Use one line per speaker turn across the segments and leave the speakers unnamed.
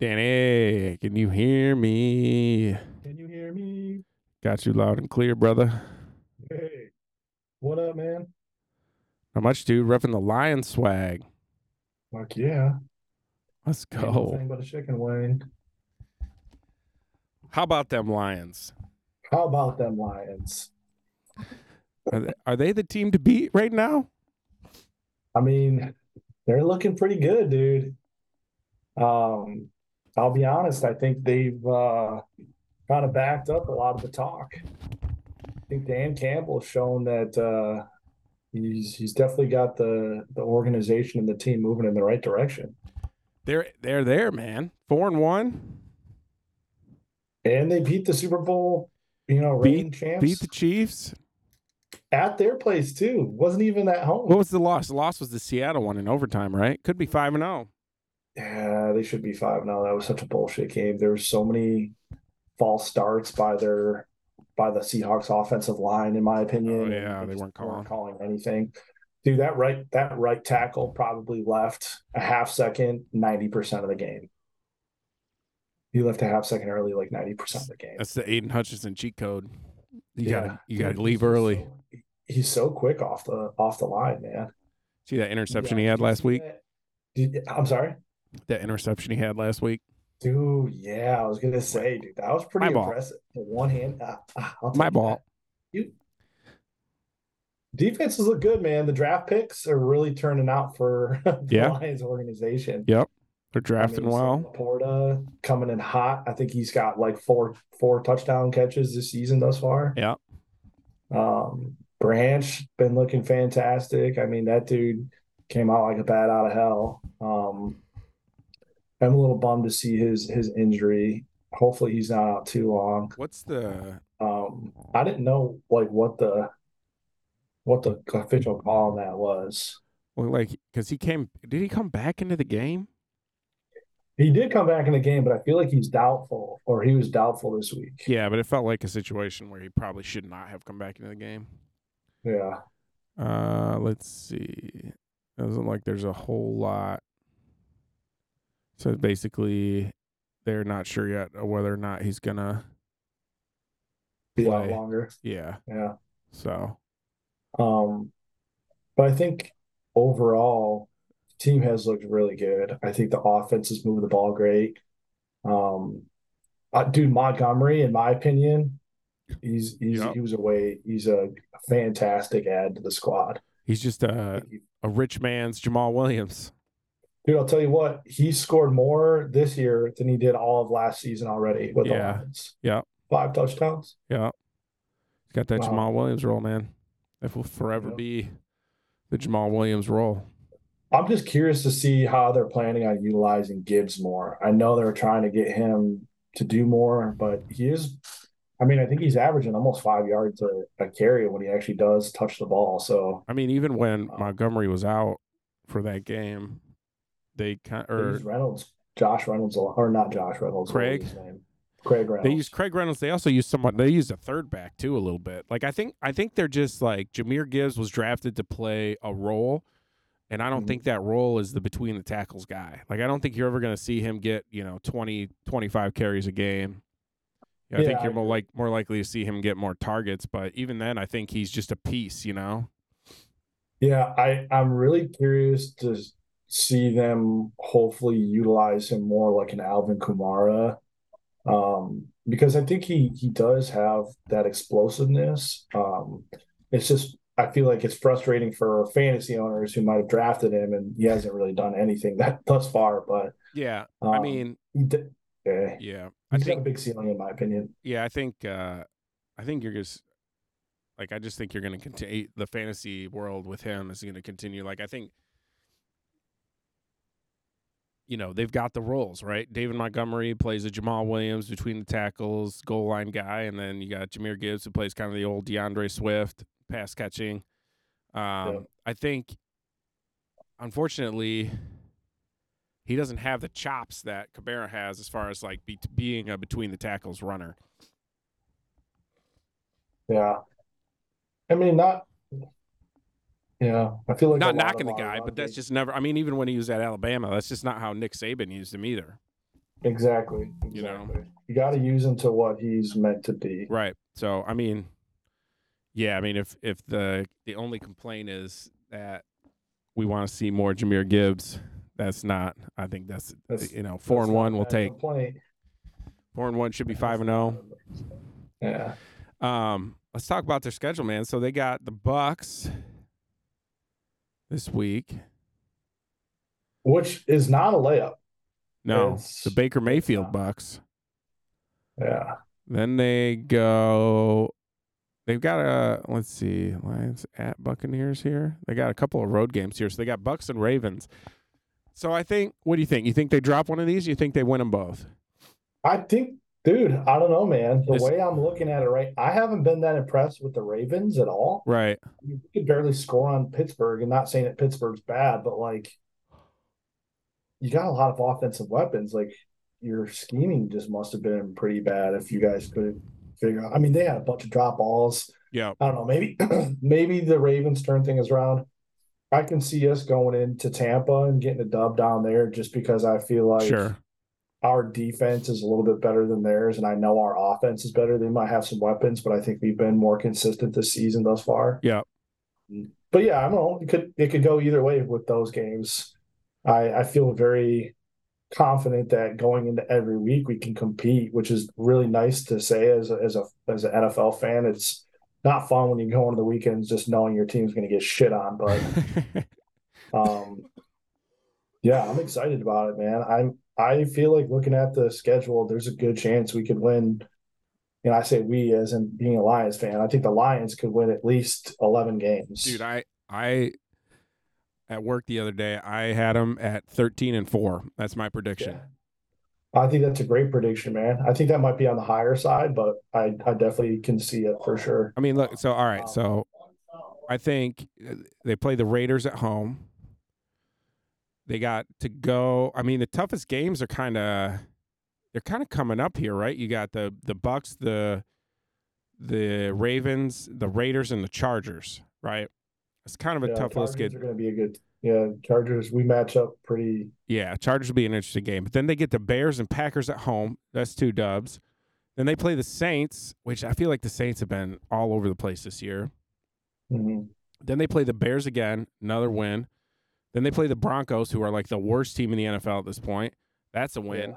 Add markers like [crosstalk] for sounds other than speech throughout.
Danny, can you hear me?
Can you hear me?
Got you loud and clear, brother.
Hey, what up, man?
How much, dude? Repping the lion swag.
Fuck yeah.
Let's
Ain't no
go.
Thing but a chicken wing.
How about them lions?
How about them Lions?
Are they, are they the team to beat right now?
I mean, they're looking pretty good, dude. Um, I'll be honest. I think they've uh, kind of backed up a lot of the talk. I think Dan Campbell has shown that uh, he's he's definitely got the the organization and the team moving in the right direction,
They're they're there, man. Four and one.
and they beat the Super Bowl, you know, reigning champs
Beat the Chiefs.
at their place too. wasn't even at home.
What was the loss? The loss was the Seattle one in overtime, right? Could be five and oh. zero.
Yeah, they should be five now. That was such a bullshit game. There were so many false starts by their by the Seahawks offensive line, in my opinion.
Oh,
and
yeah, they
just
weren't calling.
anything. Dude, that right that right tackle probably left a half second, ninety percent of the game. He left a half second early, like ninety percent of the game.
That's the Aiden Hutchinson cheat code. You
Yeah.
gotta you gotta
Dude,
leave
he's
early.
so- he's so quick off the off the line, man.
See that interception
Yeah,
he had
did you
last
see
week?
that? Did- I'm sorry.
That interception he had last week.
Dude, yeah, I was gonna say, dude, that was pretty
My ball.
impressive. The One hand, [laughs] ah, ah, I'll
My
take
ball.
that. You defenses look good, man. The draft picks are really turning out for [laughs] the
Yeah.
Lions organization.
Yep. They're
I
drafting
mean, so
well.
Laporta coming in hot. I think he's got like four four touchdown catches this season thus far.
Yeah.
Um, Branch been looking fantastic. I mean, that dude came out like a bat out of hell. Um, I'm a little bummed to see his his injury. Hopefully, he's not out too long.
What's the
Um, I didn't know like what the what the official call on that was.
well, like? Because he came. Did he come back into the game?
He did come back in the game, but I feel like he's doubtful, or he was doubtful this week.
Yeah, but it felt like a situation where he probably should not have come back into the game.
Yeah.
Uh, let's see. Doesn't like there's a whole lot. So basically, they're not sure yet whether or not he's gonna.
be out
play.
longer.
Yeah.
Yeah.
So
Um, but I think overall, the team has looked really good. I think the offense is moving the ball great. Um, uh, dude, Montgomery, in my opinion, he's he's
Yeah.
he was away. He's a fantastic add to the squad.
he's just a a rich man's Jamal Williams.
Dude, I'll tell you what, he scored more this year than he did all of last season already with the
Yeah.
Lions.
Yeah.
Five touchdowns.
Yeah. He's got that
Wow.
Jamal Williams role, man. That will forever
Yep.
be the Jamal Williams role.
I'm just curious to see how they're planning on utilizing Gibbs more. I know they're trying to get him to do more, but he is, I mean, I think he's averaging almost five yards a, a carry when he actually does touch the ball. So
I mean, even when
Wow.
Montgomery was out for that game, they kind
they
or
use Reynolds, Josh Reynolds, a lot- or not Josh Reynolds, what was
Er, Craig?
his name? Craig Reynolds.
they used Craig Reynolds. They also used someone. They used a third back too a little bit. Like I think I think they're just like Jameer Gibbs was drafted to play a role, and I don't
Mhm.
think that role is the between the tackles guy. Like I don't think you're ever going to see him get you know 20, 25 carries a game. Yeah, I
Yeah,
think
I
you're more like more likely to see him get more targets, but even then, I think he's just a piece. You know,
Yeah, I, I'm really curious to see them hopefully utilize him more like an Alvin Kamara. Um, because I think he he does have that explosiveness. Um, it's just I feel like it's frustrating for fantasy owners who might have drafted him and he hasn't really done anything [laughs] that thus far, but
yeah. I
um,
mean,
he d- yeah,
yeah. I
he's got a
think
big ceiling in my opinion.
yeah, I think uh I think you're just like I just think you're going to continue the fantasy world with him is going to continue. Like I think you know, they've got the roles, right? David Montgomery plays a Jamal Williams between the tackles, goal line guy, and then you got Jameer Gibbs who plays kind of the old DeAndre Swift pass catching. Um I think unfortunately he doesn't have the chops that Cabrera has as far as like be- being a between the tackles runner.
Yeah. I mean not yeah, I feel like a
not
lot of
knocking the
our
guy,
run
but that's
big-
just never. I mean, even when he was at Alabama, that's just not how Nick Saban used him either.
Exactly. exactly.
You know?
you got to use him to what he's meant to be.
Right. So I mean, yeah, I mean if if the the only complaint is that we want to see more Jameer Gibbs, that's not. I think that's,
That's-
you know four
That's
and
not
one
a
will
bad
take.
Complaint.
Four and one should be five and oh. zero.
Yeah.
Um, let's talk about their schedule, man. So they got the Bucks this week.
Which is not a layup.
No,
It's-
the Baker Mayfield
not.
Bucks.
Yeah.
Then they go. They've got a let's see, Lions at Buccaneers here. They got a couple of road games here, so they got Bucks and Ravens. So I think, what do you think? You think they drop one of these? You think they win them both?
I think, dude, I don't know, man. The
This-
way I'm looking at it, right? I haven't been that impressed with the Ravens at all.
Right.
I mean, we could barely score on Pittsburgh, and not saying that Pittsburgh's bad, but like, you got a lot of offensive weapons. Like, your scheming just must have been pretty bad if you guys couldn't figure out. I mean, they had a bunch of drop balls.
Yeah.
I don't know. Maybe [clears throat] maybe the Ravens turn things around. I can see us going into Tampa and getting a dub down there just because I feel like
sure.
our defense is a little bit better than theirs, and I know our offense is better. They might have some weapons, but I think we've been more consistent this season thus far.
Yeah.
But yeah, I don't know. It could it could go either way with those games. I I feel very confident that going into every week we can compete, which is really nice to say as a, as a as an NFL fan. It's not fun when you go into the weekends just knowing your team's going to get shit on, but um yeah i'm excited about it man i'm i feel like looking at the schedule there's a good chance we could win and i say we as in being a lions fan i think the lions could win at least 11 games
[laughs] dude i i at work the other day i had them at 13 and 4 that's my prediction
Yeah. I think that's a great prediction man i think that might be on the higher side but i i definitely can see it for sure
i mean look so all right so i think uh, they play the raiders at home they got to go i mean the toughest games are kind of they're kind of coming up here right you got the the bucks the the ravens the raiders and the chargers right it's kind of a
Yeah,
tough list
Chargers
get
are going to be a good yeah chargers we match up pretty
Yeah, Chargers will be an interesting game. But then they get the Bears and Packers at home. That's two dubs. Then they play the Saints, which I feel like the Saints have been all over the place this year.
mhm.
Then they play the Bears again, another win. Then they play the Broncos, who are like the worst team in the NFL at this point. That's a win.
Yeah.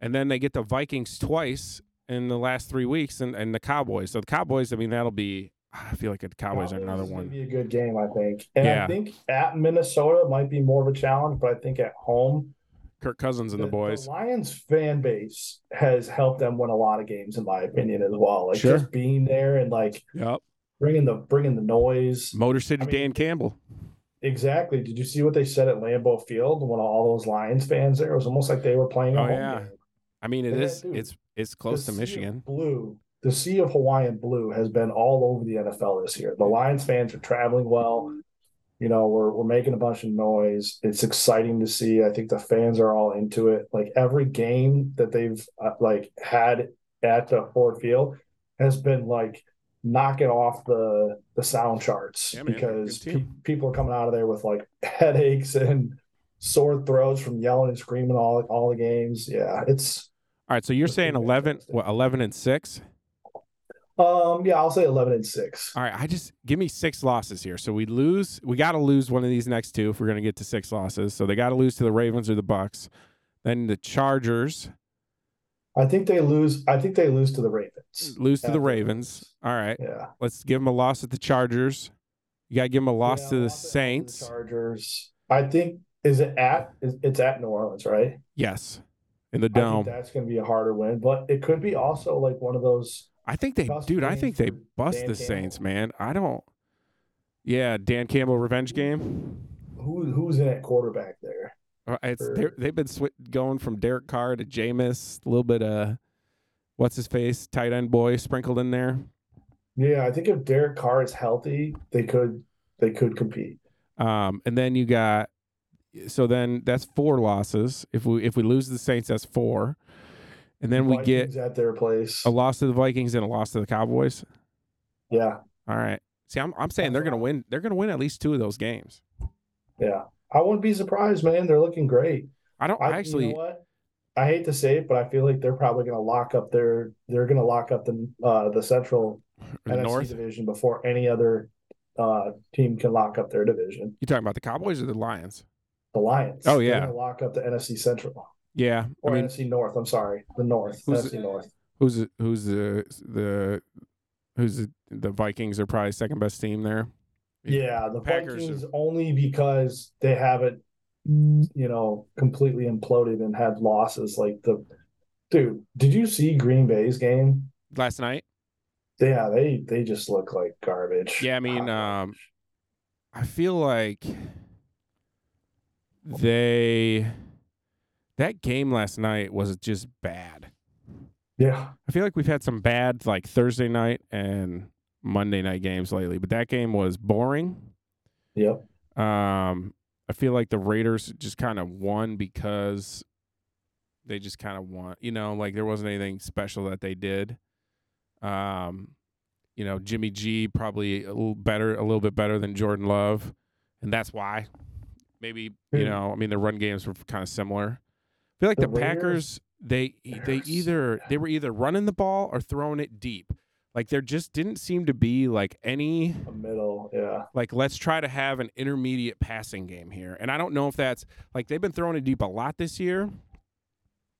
And then they get the Vikings twice in the last three weeks and, and the Cowboys. So the Cowboys, I mean, that'll be, I feel like the Cowboys are another
is gonna
one.
Be a good game, I think. And
Yeah.
I think at Minnesota might be more of a challenge, but I think at home,
Kirk Cousins and the, boys.
Lions fan base has helped them win a lot of games, in my opinion, as well. Like
Sure.
just being there and like
Yep.
bringing the bringing the noise.
Motor City
I mean-
Dan Campbell.
Exactly. Did you see what they said at Lambeau Field when all those Lions fans there? It was almost like they were playing. a
Oh,
home
yeah.
game.
I mean, it
Yeah,
is,
dude.
it's, it's close to
The sea of
Michigan.
Blue. The sea of Hawaiian blue has been all over the NFL this year. The Lions fans are traveling well. You know, we're we're making a bunch of noise. It's exciting to see. I think the fans are all into it. Like every game that they've uh, like had at the Ford Field has been like knocking off the the sound charts
Yeah, man, they're a good
because pe-
team.
people are coming out of there with like [laughs] headaches and sore throats from yelling and screaming all all the games. Yeah, it's
All right, so you're
That's
saying
pretty
eleven,
fantastic.
what eleven and six?
Um, yeah, I'll say eleven and six.
All right, I just give me six losses here. So we lose, we got to lose one of these next two if we're going to get to six losses. So they got to lose to the Ravens or the Bucks, then the Chargers
I think they lose. I think they lose to the Ravens.
lose to
Yeah,
the
I think
Ravens. All right,
Yeah,
let's give them a loss at the Chargers. You got to give them a loss
Yeah,
to the
loss at-
Saints.
the Chargers. I think is it at is, it's at New Orleans, right?
yes, in the
I think
dome.
that's going to be a harder win, but it could be also like one of those.
I think they,
Bust
dude. I
games
think they
for
bust
Dan
the
Campbell.
Saints, man. I don't. Yeah, Dan Campbell revenge game.
Who who's in at quarterback there?
Uh, It's
for-
they're- they've been swi going from Derek Carr to Jameis, a little bit of what's his face tight end boy sprinkled in there.
Yeah, I think if Derek Carr is healthy, they could they could compete.
Um, and then you got so then that's four losses. If we if we lose to the Saints, that's four, and then we get
Vikings at their place.
a loss to the Vikings and a loss to the Cowboys.
Yeah,
All right. See, I'm I'm saying they're gonna win. They're gonna win at least two of those games.
yeah. I wouldn't be surprised, man. They're looking great.
I don't
I
I actually.
you know what? I hate to say it, but I feel like they're probably going to lock up their they're going to lock up the uh, the Central
The
NFC
North?
division before any other uh, team can lock up their division.
You talking about the Cowboys or the Lions?
The Lions.
Oh,
They're
yeah.
gonna lock up the NFC Central
Yeah, I
or
mean,
NFC North. I'm sorry, the North.
Who's-
NFC North.
who's the- who's the the who's the, the Vikings are probably second best team there.
Yeah, the
Packers
Vikings only because they haven't, you know, completely imploded and had losses like the. Dude, did you see Green Bay's game?
Last night,
Yeah, they they just look like garbage. Uh,
Yeah, I mean,
Hot
um, I feel like they that game last night was just bad.
yeah,
I feel like we've had some bad like Thursday night and Monday night games lately, but that game was boring.
yep,
Um, I feel like the Raiders just kind of won because they just kind of won. You know, like there wasn't anything special that they did. Um, you know, Jimmy G probably a little better, a little bit better than Jordan Love, and that's why. Maybe you
Hmm.
know, I mean, their run games were kind of similar. I feel like the,
The
Packers,
Raiders-
they e, they
Raiders.
either they were either running the ball or throwing it deep. Like there just didn't seem to be like any
the middle. Yeah,
like let's try to have an intermediate passing game here. And I don't know if that's like they've been throwing it deep a lot this year.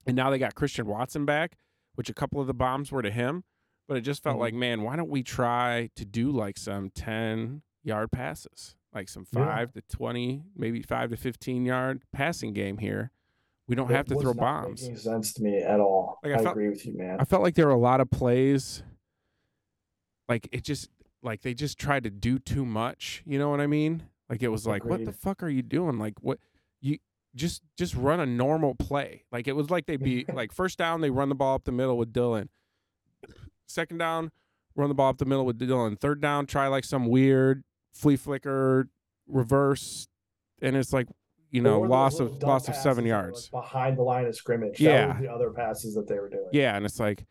And now they got Christian Watson back, which a couple of the bombs were to him, but it just felt
Mhm.
like, man, why don't we try to do like some 10 yard passes, like some
Yeah.
5 to 20, maybe 5 to 15 yard passing game here. We don't have
It
to
was
throw
not
bombs.
Making sense to me at all.
Like, I
I,
felt-
agree with you, man.
I felt like there were a lot of plays. Like it just like they just tried to do too much. You know what I mean? Like it was like, what the
Agreed.
fuck are you doing? Like what you just just run a normal play. Like it was like they
[laughs]
be like first down they run the ball up the middle with Dylan. Second down, run the ball up the middle with Dylan. Third down, try like some weird flea flicker reverse, and it's like you know
Or those
loss
little
of
dump
loss of
passes
seven
that were, like,
yards.
behind the line of scrimmage.
Yeah.
that was the other passes that they were doing.
Yeah, and it's like,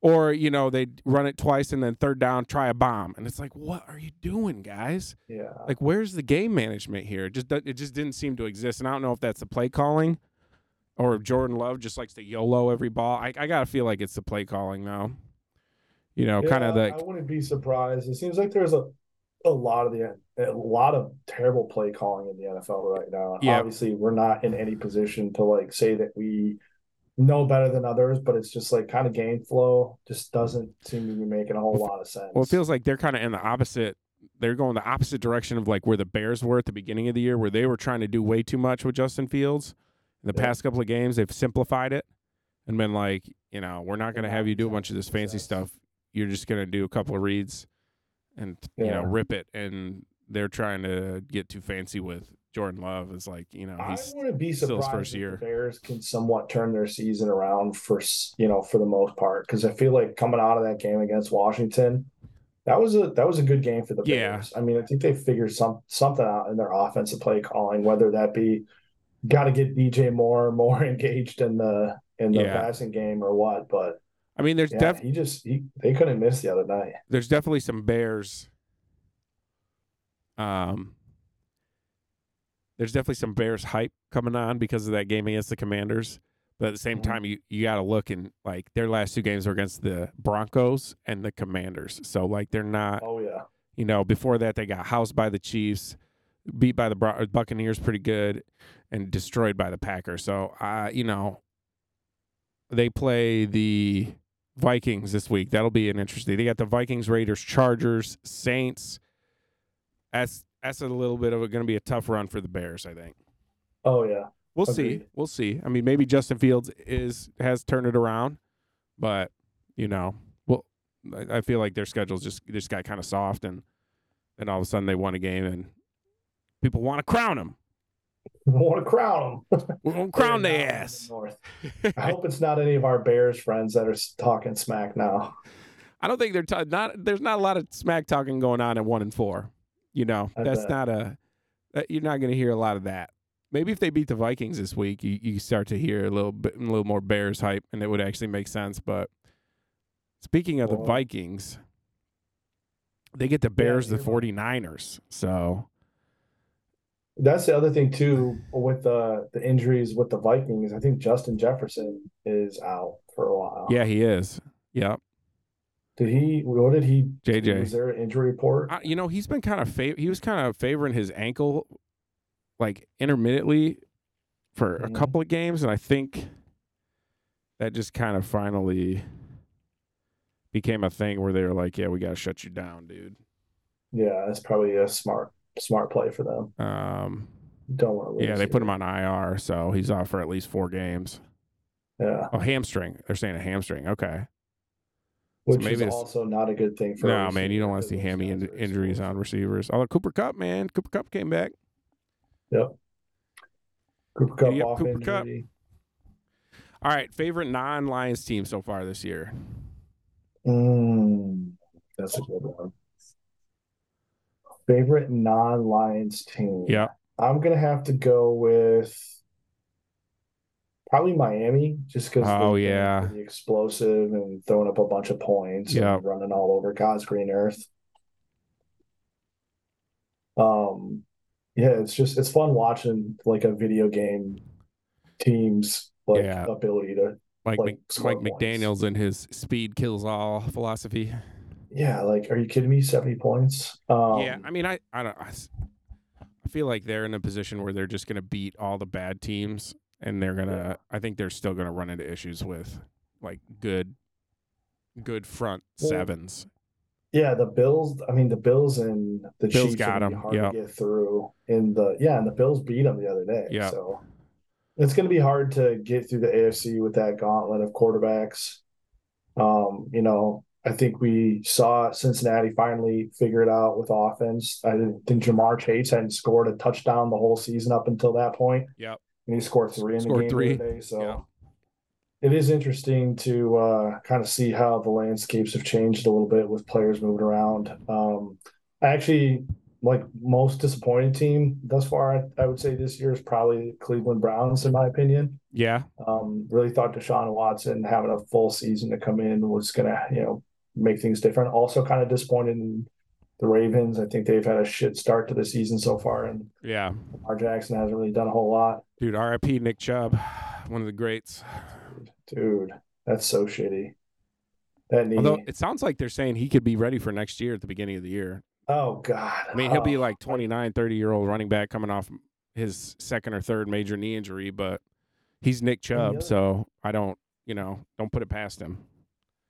or you know, they run it twice and then third down, try a bomb, and it's like, what are you doing, guys?
yeah.
Like, where's the game management here? It just do- it just didn't seem to exist, and I don't know if that's the play calling, or if Jordan Love just likes to YOLO every ball. I I gotta feel like it's the play calling now. You know, kind of
Yeah, I
like
wouldn't be surprised. It seems like there's a a lot of the a lot of terrible play calling in the NFL right now.
Yeah.
Obviously, we're not in any position to like say that we know better than others, but it's just like kind of game flow just doesn't seem to be making a whole lot of sense.
well, it feels like they're kind of in the opposite. They're going the opposite direction of like where the Bears were at the beginning of the year, where they were trying to do way too much with Justin Fields. In the
Yeah.
past couple of games, they've simplified it and been like, you know, we're not going to
They're
have
not
you do a
using
bunch of this fancy
success.
stuff. You're just going to do a couple of reads and you know
Yeah.
rip it. And they're trying to get too fancy with Jordan Love. It's like you know
I
he's
wouldn't be
still his
surprised
first
if
year.
the Bears can somewhat turn their season around for s- you know for the most part because I feel like coming out of that game against Washington, that was a that was a good game for the
Yeah.
Bears. I mean, I think they figured some something out in their offensive play calling, whether that be got to get DJ Moore more [laughs] engaged in the in the
Yeah.
passing game or what. But
I mean, there's
yeah,
def-
he just he, they couldn't miss the other night.
there's definitely some bears. Um, there's definitely some bears hype coming on because of that game against the Commanders. But at the same
Mhm.
time, you you got to look and like their last two games were against the Broncos and the Commanders. So like they're not,
Oh yeah,
you know, before that they got housed by the Chiefs, beat by the Bro- Buccaneers pretty good, and destroyed by the Packers. So I, you know, they play the Vikings this week. That'll be an interesting. They got the Vikings, Raiders, Chargers, Saints. That's that's a little bit of a, going to be a tough run for the Bears. I think
oh yeah. [laughs]
we'll see.
Agreed.
We'll see. I mean, maybe Justin Fields is has turned it around, but you know, well, I I feel like their schedules just just got kind of soft, and and all of a sudden they won a game, and people want to crown them.
Want to crown them?
We're gonna crown
They're
their
not in the
ass. [laughs]
North. I hope it's not any of our Bears friends that are s- talking smack now.
I don't think they're t- not. There's not a lot of smack talking going on at one and four. You know,
I
that's
bet.
not a. That, you're not going to hear a lot of that. Maybe if they beat the Vikings this week, you, you start to hear a little bit, a little more Bears hype, and it would actually make sense. But speaking of the
Well-
Vikings, they get the Bears, the
you're right.
49ers. So
That's the other thing too with the the injuries with the Vikings. I think Justin Jefferson is out for a while.
Yeah, he is. Yeah,
Did he? What did he?
JJ.
Was there an injury report?
I, you know he's been kind of fav- he was kind of favoring his ankle, like intermittently, for a
Mhm.
couple of games, and I think that just kind of finally became a thing where they were like, "Yeah, we got to shut you down, dude."
yeah, that's probably a smart smart play for them.
Um,
Don't want to lose.
yeah, they
you.
put him on IR, so he's out for at least four games.
Yeah,
Oh, hamstring. They're saying a hamstring. Okay.
which
maybe
is
it's-
also not a good thing for.
no,
a
man, you
receiver
don't want to
because
see
those
hammy
guys
in-
are
injuries
exposed.
on receivers. Although Cooper Cup, man, Cooper Cup came back.
Cooper Cup
Yep,
off
Cooper Kupp.
injury.
All right, favorite non-Lions team so far this year.
Mm, that's a good one. Favorite non-Lions team.
Yeah.
I'm gonna have to go with probably Miami, just because
Oh, yeah.
the explosive and throwing up a bunch of points
Yeah.
and running all over God's green earth. Um, yeah, it's just it's fun watching like a video game team's like
Yeah.
ability to
Like
Like
Mc-
score
Mike
points.
McDaniel's and his speed kills all philosophy.
yeah, like are you kidding me? 70 points. Um,
yeah, I mean, I I don't. I, s- I feel like they're in a position where they're just gonna beat all the bad teams, and they're gonna. I think they're still gonna run into issues with like good, good front
Well,
sevens.
Yeah, the Bills. I mean, the Bills and the
Bills
Chiefs are
got
gonna be
'em,
hard
yeah.
to get through. And the yeah, and the Bills beat them the other day.
Yeah.
So it's going to be hard to get through the AFC with that gauntlet of quarterbacks. Um, you know, I think we saw Cincinnati finally figure it out with offense. I didn't think Jamar Chase hadn't scored a touchdown the whole season up until that point.
Yep.
And he scored three in
Scored
the game
three.
today. So
Yeah.
it is interesting to uh, kind of see how the landscapes have changed a little bit with players moving around. Um, I actually like most disappointing team thus far. I, I would say this year is probably Cleveland Browns, in my opinion.
Yeah,
Um, really thought Deshaun Watson having a full season to come in was gonna, you know, make things different. Also, kind of disappointed in the Ravens. I think they've had a shit start to the season so far, and
yeah,
Lamar Jackson hasn't really done a whole lot.
dude. R.I.P. Nick Chubb, [sighs] one of the greats.
Dude, that's so shitty. That knee.
Although it sounds like they're saying he could be ready for next year at the beginning of the year.
Oh God.
I mean, he'll be
Oh,
like 29, 30 year old running back coming off his second or third major knee injury, but he's Nick Chubb,
other-
so I don't, you know, don't put it past him. [laughs]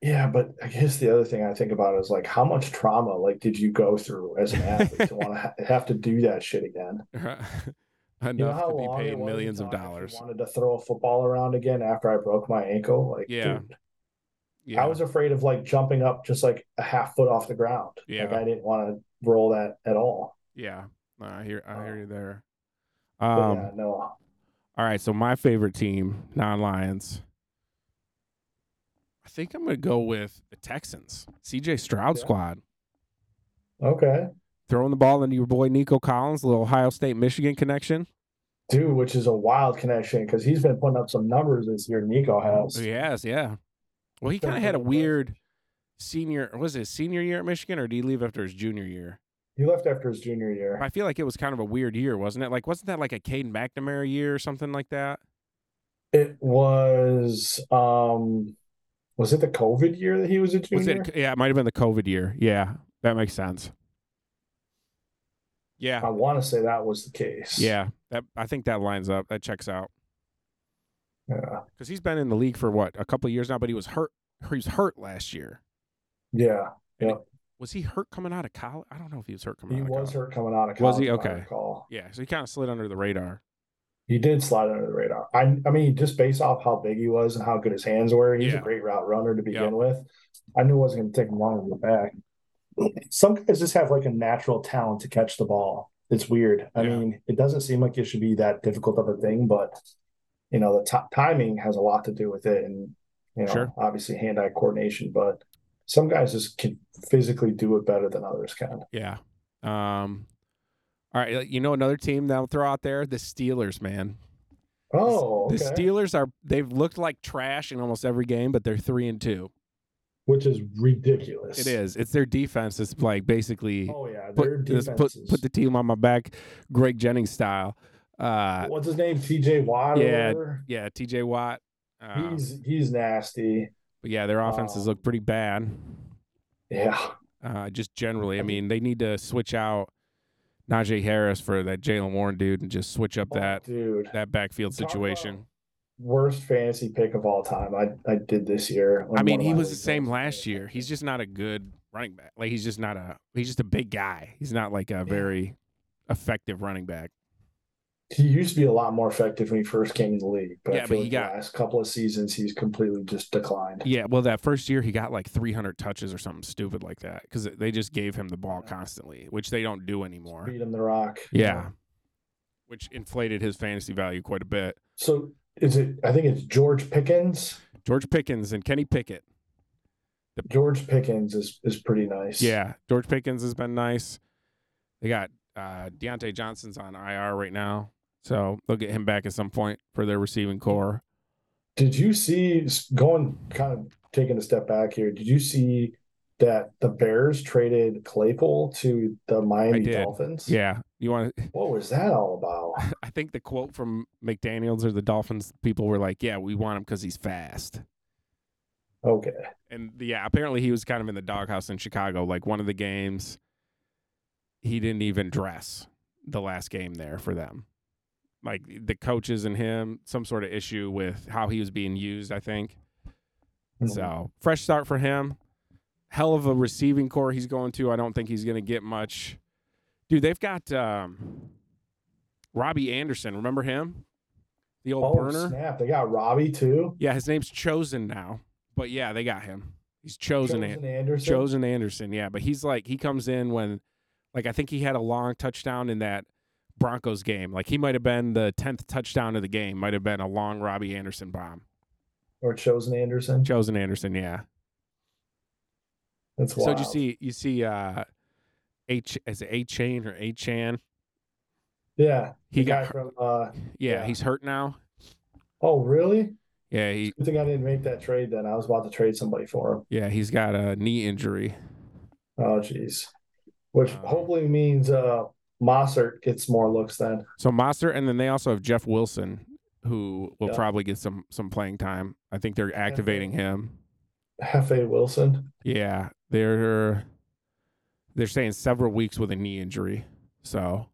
Yeah, but I guess the other thing I think about is like how much trauma like did you go through as an athlete to want to ha- [laughs] have to do that shit again?
Enough
You know how
to be
long it
paid
was
millions of
until I actually
dollars.
Wanted to throw a football around again after I broke my ankle. Like,
Yeah.
dude,
Yeah.
I was afraid of like jumping up just like a half foot off the ground. Like
Yeah.
I didn't want to roll that at all.
yeah. No, I hear I hear
Oh.
you there.
But
Um
yeah, no.
all right, so my favorite team, non Lions. I think I'm gonna go with the Texans. CJ Stroud
Yeah.
squad.
Okay.
Throwing the ball into your boy Nico Collins, little Ohio State Michigan connection.
Dude, which is a wild connection because he's been putting up some numbers this year. Nico has.
Oh, Yes, yeah. Well, he
Been
kind of had a
pretty impressive.
weird senior. Was it his senior year at Michigan, or did he leave after his junior year?
He left after his junior year.
I feel like it was kind of a weird year, wasn't it? Like, wasn't that like a Caden McNamara year or something like that?
It was um was it the COVID year that he was a
Was
junior?
it? Yeah, it might have been the COVID year. Yeah, that makes sense. Yeah,
I want to say that was the case.
yeah. That I think that lines up. That checks out
Yeah.
because he's been in the league for what a couple of years now, but he was hurt. He was hurt last year.
Yeah.
Was he hurt coming out of college? I don't know if he was hurt coming
He
out.
was
of college.
hurt coming out of college.
Oh Was he?
if I
Okay.
recall.
Yeah, so he kind of slid under the radar.
He did slide under the radar. I I mean, just based off how big he was and how good his hands were, he's
Yeah.
a great route runner to begin
Yeah.
with. I knew it wasn't going to take him long to get back. Some guys just have like a natural talent to catch the ball. It's weird. I
Yeah.
mean, it doesn't seem like it should be that difficult of a thing, but you know, the ti- timing has a lot to do with it, and you know,
Sure.
obviously hand-eye coordination. But some guys just can physically do it better than others can.
Yeah. Um. All right. You know another team that I'll throw out there? The Steelers, man.
Oh,
The
okay.
Steelers are they've looked like trash in almost every game, but they're three and two.
which is ridiculous.
It is. It's their defense. It's like basically
Oh yeah, their
put,
defense
just put
is-
put the team on my back, Greg Jennings style. Uh,
what's his name? TJ Watt. or
Yeah,
whatever?
yeah, T.J. Watt. Um,
he's he's nasty.
but yeah, their offenses
um,
look pretty bad.
Yeah,
Uh, just generally, I
I mean-
mean, they need to switch out Najee Harris for that Jalen Warren dude and just switch up
Oh,
that
dude,
that backfield
Talk about-
situation.
worst fantasy pick of all time. I I did this year.
I mean, he was the same last year. He's just not a good running back. Like he's just not a he's just a big guy. He's not like a very effective running back.
he used to be a lot more effective when he first came in the league, but
Yeah,
I
but
feel
he
like
got-
the last couple of seasons he's completely just declined.
Yeah, well, that first year he got like 300 touches or something stupid like that because they just gave him the ball
Yeah.
constantly, which they don't do anymore.
Beat him the rock.
Yeah, which inflated his fantasy value quite a bit.
So is it? I think it's George Pickens.
George Pickens and Kenny Pickett.
George Pickens is is pretty nice.
Yeah, George Pickens has been nice. They got uh, Deontay Johnson's on IR right now, so they'll get him back at some point for their receiving core.
Did you see going kind of taking a step back here? Did you see that the Bears traded Claypool to the Miami
did.
Dolphins?
Yeah, you want? to
What was that all about?
[laughs] I think the quote from McDaniel's or the Dolphins people were like, "Yeah, we want him because he's fast."
Okay.
and yeah, apparently he was kind of in the doghouse in Chicago. Like one of the games, he didn't even dress the last game there for them. Like the coaches and him, some sort of issue with how he was being used, I think.
Mm-hmm.
So fresh start for him. Hell of a receiving core he's going to. I don't think he's going to get much. Dude, they've got um, Robbie Anderson. Remember him? The old
Oh
burner?
snap! They got Robbie too.
Yeah, his name's Chosen now. But yeah, they got him. He's Chosen, An-
Anderson.
Chosen Anderson, yeah, but he's like he comes in when, like I think he had a long touchdown in that Broncos game. Like he might have been the tenth touchdown of the game. Might have been a long Robbie Anderson bomb.
or Chosen Anderson.
Chosen Anderson, yeah.
That's
So
wild.
did you see you see uh, H is it A Chain or A Chan?
Yeah,
He
the guy
got
from. Uh,
yeah,
yeah.
he's hurt now.
oh, really?
Yeah, he
Good thing I didn't make that trade. Then I was about to trade somebody for him.
yeah he's got a knee injury.
Oh, jeez. Which
Um,
hopefully means uh, Mossert gets more looks then.
So Monster, and then they also have Jeff Wilson, who will
Yeah.
probably get some some playing time. I think they're activating him.
Hefe Wilson.
Yeah, they're they're saying several weeks with a knee injury. So,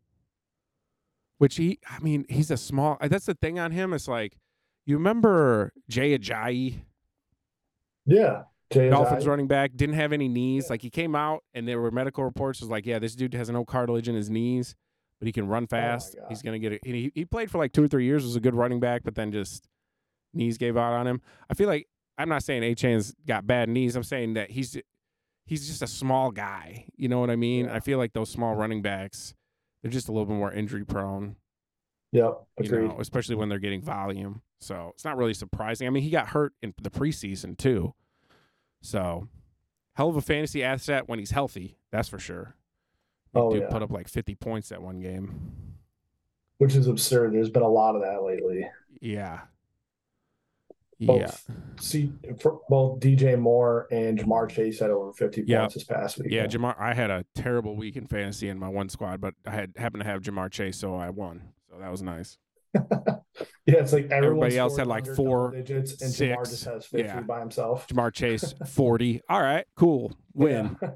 which he, I mean, he's a small. That's the thing on him. It's like you remember Jay Ajayi,
Yeah. Jay
Dolphins
Ajayi.
running back, didn't have any knees. Like he came out, and there were medical reports was like, yeah, this dude has no cartilage in his knees, but he can run fast.
Oh God.
he's gonna get it. and He he played for like two or three years, was a good running back, but then just knees gave out on him. I feel like I'm not saying A Chain's got bad knees. I'm saying that he's he's just a small guy. You know what I mean?
Yeah.
I feel like those small running backs, they're just a little bit more injury prone.
Yep.
You
Agreed.
know, especially when they're getting volume. So it's not really surprising. I mean, he got hurt in the preseason too. So hell of a fantasy asset when he's healthy. That's for sure.
Oh,
Dude
yeah.
put up like 50 points that one game.
Which is absurd. There's been a lot of that lately.
Yeah. Yeah.
Both, See, for both DJ Moore and Jamar Chase had over 50
Yeah.
points this past week.
Yeah, Jamar. I had a terrible week in fantasy in my one squad, but I had happened to have Jamar Chase, so I won. So that was nice.
yeah, it's like everyone
Everybody else
scored
had, like,
under
four,
double digits, and Jamar
six.
just has 50
Yeah.
by himself.
Jamar
[laughs]
Chase, 40. All right, cool. Win.
Yeah.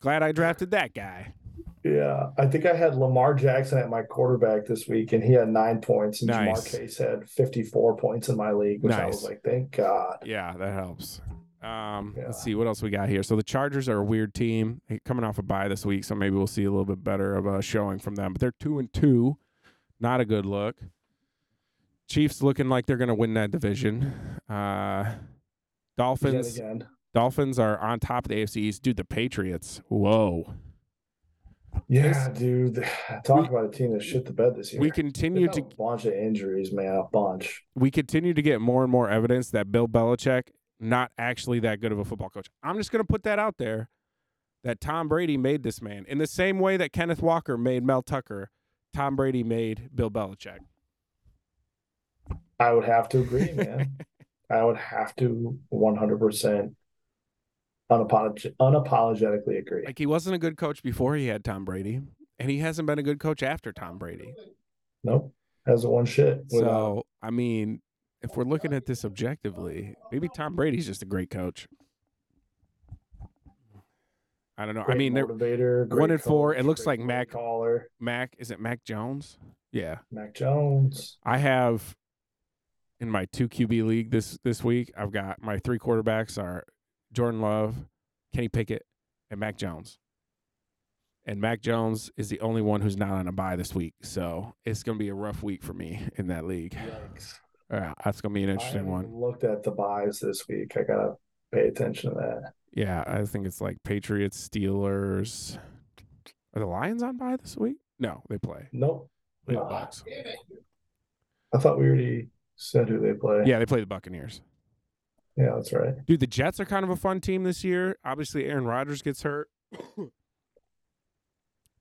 Glad I drafted that guy.
[laughs] Yeah, I think I had Lamar Jackson at my quarterback this week, and he had nine points, and
Nice.
Jamar Chase had 54 points in my league, which I was
Nice.
like, thank God.
Yeah, that helps. Um, Let's
Yeah.
see what else we got here. So the Chargers are a weird team They're coming off a bye this week, so maybe we'll see a little bit better of a showing from them. But they're two and two, not a good look. Chiefs looking like they're going to win that division. Uh,
Yet
Dolphins,
again.
Dolphins are on top of the AFC East. Dude, the Patriots. Whoa,
Yeah, dude. [sighs] Talk about a team that shit the bed this year.
we
They've
continue
got
to
a bunch of injuries, man, a bunch.
we continue to get more and more evidence that Bill Belichick not actually that good of a football coach. I'm just going to put that out there that Tom Brady made this man in the same way that Kenneth Walker made Mel Tucker. Tom Brady made Bill Belichick. [laughs]
I would have to agree, man. I would have to 100% Unapolog- unapologetically agree.
Like he wasn't a good coach before he had Tom Brady, and he hasn't been a good coach after Tom Brady.
Nope. Hasn't won shit. without-
So I mean, if we're looking at this objectively, maybe Tom Brady's just a great coach. I don't know. I
great
mean, they're
motivator, great
one and four. It looks
great
like Mac-
play caller
Mac. Is it Mac Jones? Yeah.
Mac Jones.
I have in my two QB league this this week. I've got my three quarterbacks are Jordan Love, Kenny Pickett, and Mac Jones. And Mac Jones is the only one who's not on a bye this week, so it's going to be a rough week for me in that league.
Yikes.
Yeah, that's going to be an
I
interesting
haven't
one.
even Looked at the buys this week. I gotta pay attention to that.
Yeah, I think it's like Patriots, Steelers. Are the Lions on bye this week? No, they play.
Nope.
Play the
Nah.
Bucks.
I thought we already said who they play.
Yeah, they play the Buccaneers.
Yeah, that's right.
Dude, the Jets are kind of a fun team this year. Obviously, Aaron Rodgers gets hurt. [coughs]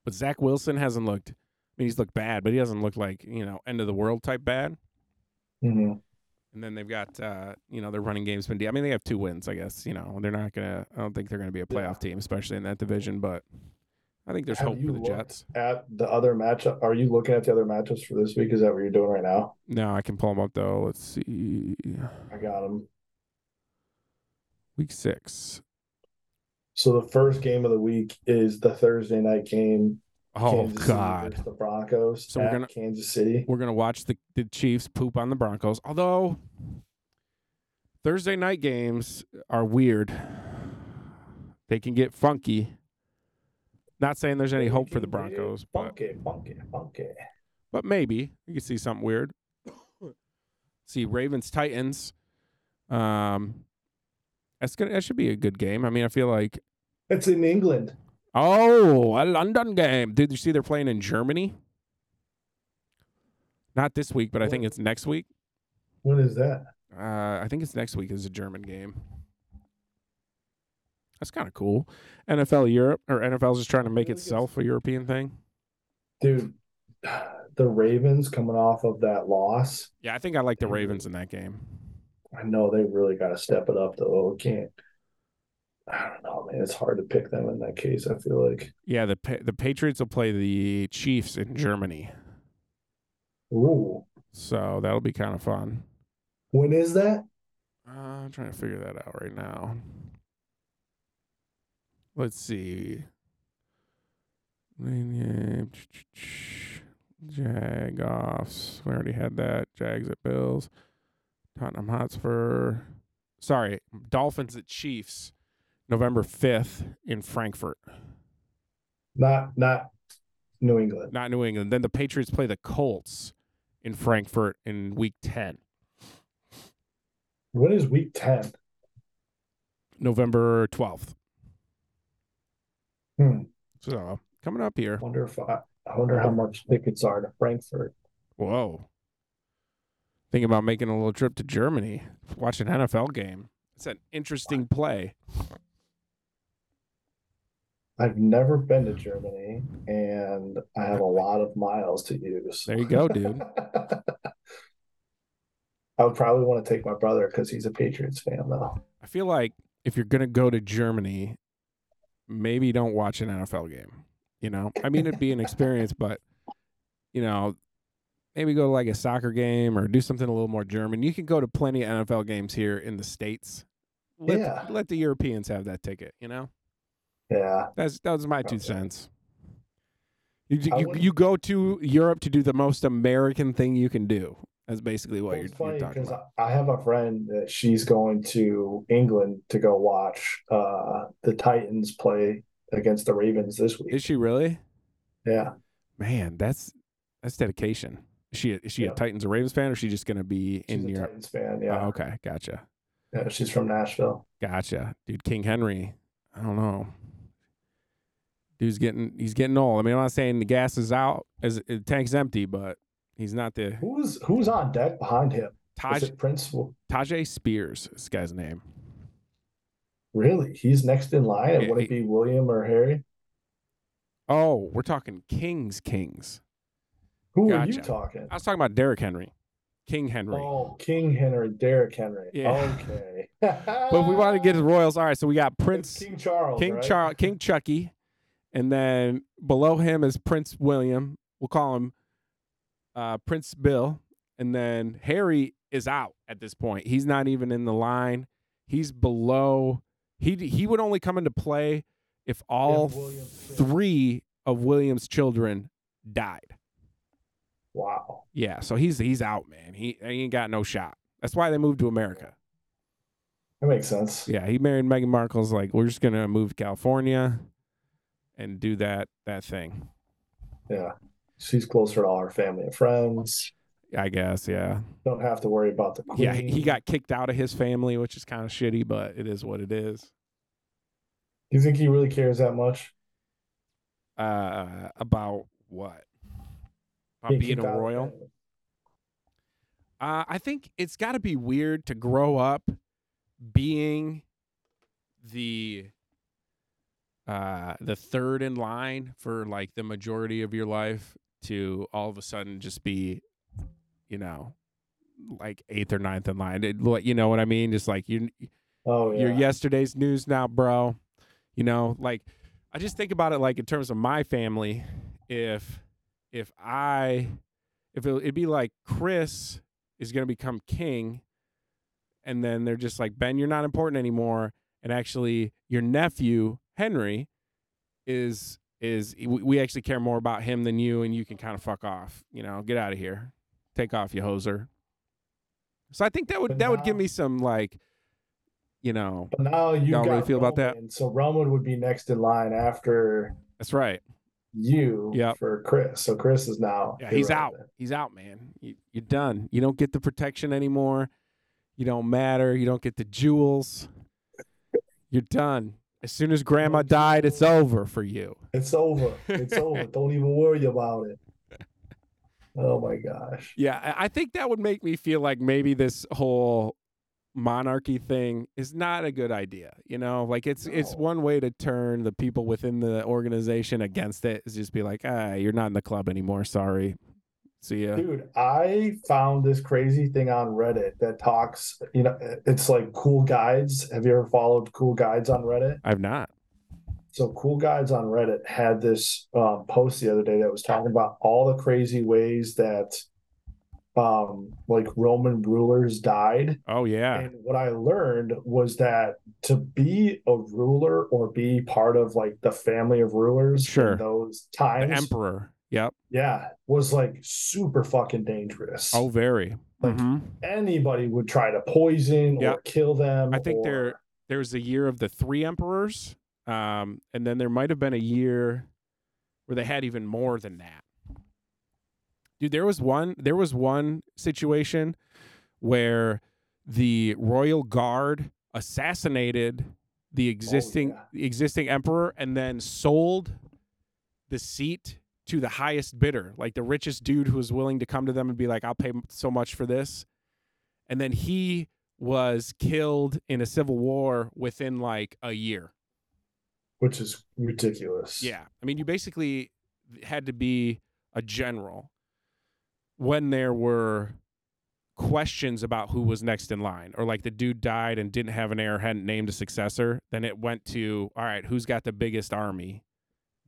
but Zach Wilson hasn't looked, I mean, he's looked bad, but he hasn't looked like, you know, end of the world type bad.
hmm
And then they've got, uh, you know, their running game's been, de- I mean, they have two wins, I guess. You know, they're not going to, I don't think they're going to be a playoff team, especially in that division, but I think there's
Have
hope
you
for the
looked
Jets.
At the other matchup, are you looking at the other matchups for this week? Is that what you're doing right now?
No, I can pull them up, though. Let's see.
I got them.
Week six.
So the first game of the week is the Thursday night game.
Oh,
Kansas City
God.
versus the Broncos
So
so
we're
at
gonna-
Kansas City.
We're gonna watch the, the Chiefs poop on the Broncos. Although Thursday night games are weird. They can get funky. Not saying there's any hope for the Broncos, but
Funky, funky, funky.
but maybe you could see something weird. [coughs] see Ravens Titans. Um that's gonna that should be a good game. I mean, I feel like
It's in England.
Oh, a London game. Did you see they're playing in Germany? Not this week, but I think it's next week.
When is that?
Uh, I think it's next week is a German game. That's kind of cool. NFL Europe or NFL's just trying to make
Yeah, I guess.
itself a European thing.
Dude, [sighs] the Ravens coming off of that loss.
Yeah, I think I like the
Yeah.
Ravens in that game.
I know they really got to step it up, though. It can't. I don't know, man. It's hard to pick them in that case. I feel like.
Yeah, the Pa- the Patriots will play the Chiefs in Germany,
Ooh,
so that'll be kind of fun.
when is that?
Uh, I'm trying to figure that out right now. Let's see. Jagoffs. We already had that. Jags at Bills. Tottenham Hotspur. Sorry, Dolphins at Chiefs. November 5th in Frankfurt,
Not not New England.
not New England. Then the Patriots play the Colts in Frankfurt in week 10.
When is Week Ten?
November 12th.
Hmm.
So coming up here.
Wonder if I, I wonder how much tickets are to Frankfurt.
Whoa. Thinking about making a little trip to Germany, watch an NFL game. It's an interesting play.
I've never been to Germany, and I have a lot of miles to use.
There you go, dude.
[laughs] I would probably want to take my brother because he's a Patriots fan, though.
I feel like if you're going to go to Germany, maybe don't watch an NFL game. You know, I mean, it'd be an experience, but, you know, maybe go to like a soccer game or do something a little more German. You can go to plenty of NFL games here in the States. Let,
Yeah.
let the Europeans have that ticket, you know?
Yeah,
That's that was my two
Okay.
cents. You
I
you,
wouldn't-
you go to Europe to do the most American thing you can do. That's basically what
Well,
you're,
it's
you're
funny
talking
because
about.
I I have a friend that she's going to England to go watch uh, the Titans play against the Ravens this week.
Is she really?
Yeah,
Man, that's that's dedication. Is she a, is she
Yeah.
a Titans or Ravens fan, or is she just gonna be
she's
in
a
Europe?
Titans fan.
Oh,
Yeah,
okay, gotcha,
yeah, she's from Nashville.
gotcha, dude. King Henry, I don't know. Dude's getting he's getting old. I mean, I'm not saying the gas is out, as the tank's empty, but he's not the
Who's who's on deck behind him? Is
Taj
it Prince? Wu-
Tajay Spears. is This guy's name.
Really, he's next in line. And
Yeah,
would
he-
it be William or Harry?
Oh, we're talking Kings, Kings.
Who are you
Gotcha.
talking?
I was talking about Derrick Henry. King Henry.
Oh, King Henry, Derrick Henry.
Yeah.
Okay. [laughs]
But we want to get to the Royals. All right, so we got Prince
King Charles.
King
right?
Charles, King Chucky, and then below him is Prince William. We'll call him uh, Prince Bill, and then Harry is out at this point. He's not even in the line. He's below. He he would only come into play if all
William's children.
three of William's children died.
Wow.
Yeah, so he's he's out, man. He, he ain't got no shot. That's why they moved to America.
That makes sense.
Yeah, he married Meghan Markle's like, we're just gonna move to California and do that that thing.
Yeah. She's closer to all her family and friends.
I guess, yeah.
Don't have to worry about the queen.
Yeah, he he got kicked out of his family, which is kind of shitty, but it is what it is.
You think he really cares that much?
Uh about what? About
Being
being
kicked out
a
of the
royal?
family.
Uh I think it's got to be weird to grow up being the uh the third in line for like the majority of your life to all of a sudden just be you know like eighth or ninth in line it, like, you know what i mean just like you
Oh, yeah.
you're yesterday's news now, bro. You know, like I just think about it like in terms of my family. If if I if it, it'd be like Chris is gonna become king, and then they're just like Ben, you're not important anymore, and actually your nephew Henry is is we- we actually care more about him than you, and you can kind of fuck off. You know, get out of here, take off, you hoser. So I think that would
But
that would give
now-
me some like you know,
But now you
Y'all
got
really feel about that?
Roman, So Roman would be next in line after
that's right.
you
Yep.
for Chris. So Chris is now.
Yeah, he's out.
irrelevant.
He's out, man. You, you're done. You don't get the protection anymore. You don't matter. You don't get the jewels. You're done. As soon as grandma died, it's over for you.
It's over.
[laughs]
It's over. Don't even worry about it. Oh my gosh.
Yeah, I I think that would make me feel like maybe this whole monarchy thing is not a good idea. You know, like it's it's
No.
one way to turn the people within the organization against it is just be like, ah, you're not in the club anymore. Sorry. See ya.
Dude, I found this crazy thing on Reddit that talks, you know, it's like cool guides. Have you ever followed cool guides on Reddit?
I've not.
So cool guides on Reddit had this um, post the other day that was talking about all the crazy ways that um like Roman rulers died.
Oh yeah.
And what I learned was that to be a ruler or be part of like the family of rulers in
Sure.
those
The
times,
emperor. Yep.
yeah, was like super fucking dangerous.
Oh, very.
Like-
Mhm.
Anybody would try to poison
Yeah.
or kill them.
I think
or-
they're- There was a year of the three emperors, um, and then there might have been a year where they had even more than that. Dude, there was one. There was one situation where the royal guard assassinated the existing
yeah.
the existing emperor, and then sold the seat to the highest bidder, like the richest dude who was willing to come to them and be like, "I'll pay m- so much for this," and then he was killed in a civil war within like a year.
which is ridiculous.
Yeah. I mean, you basically had to be a general when there were questions about who was next in line or like the dude died and didn't have an heir, hadn't named a successor, then it went to all right, who's got the biggest army?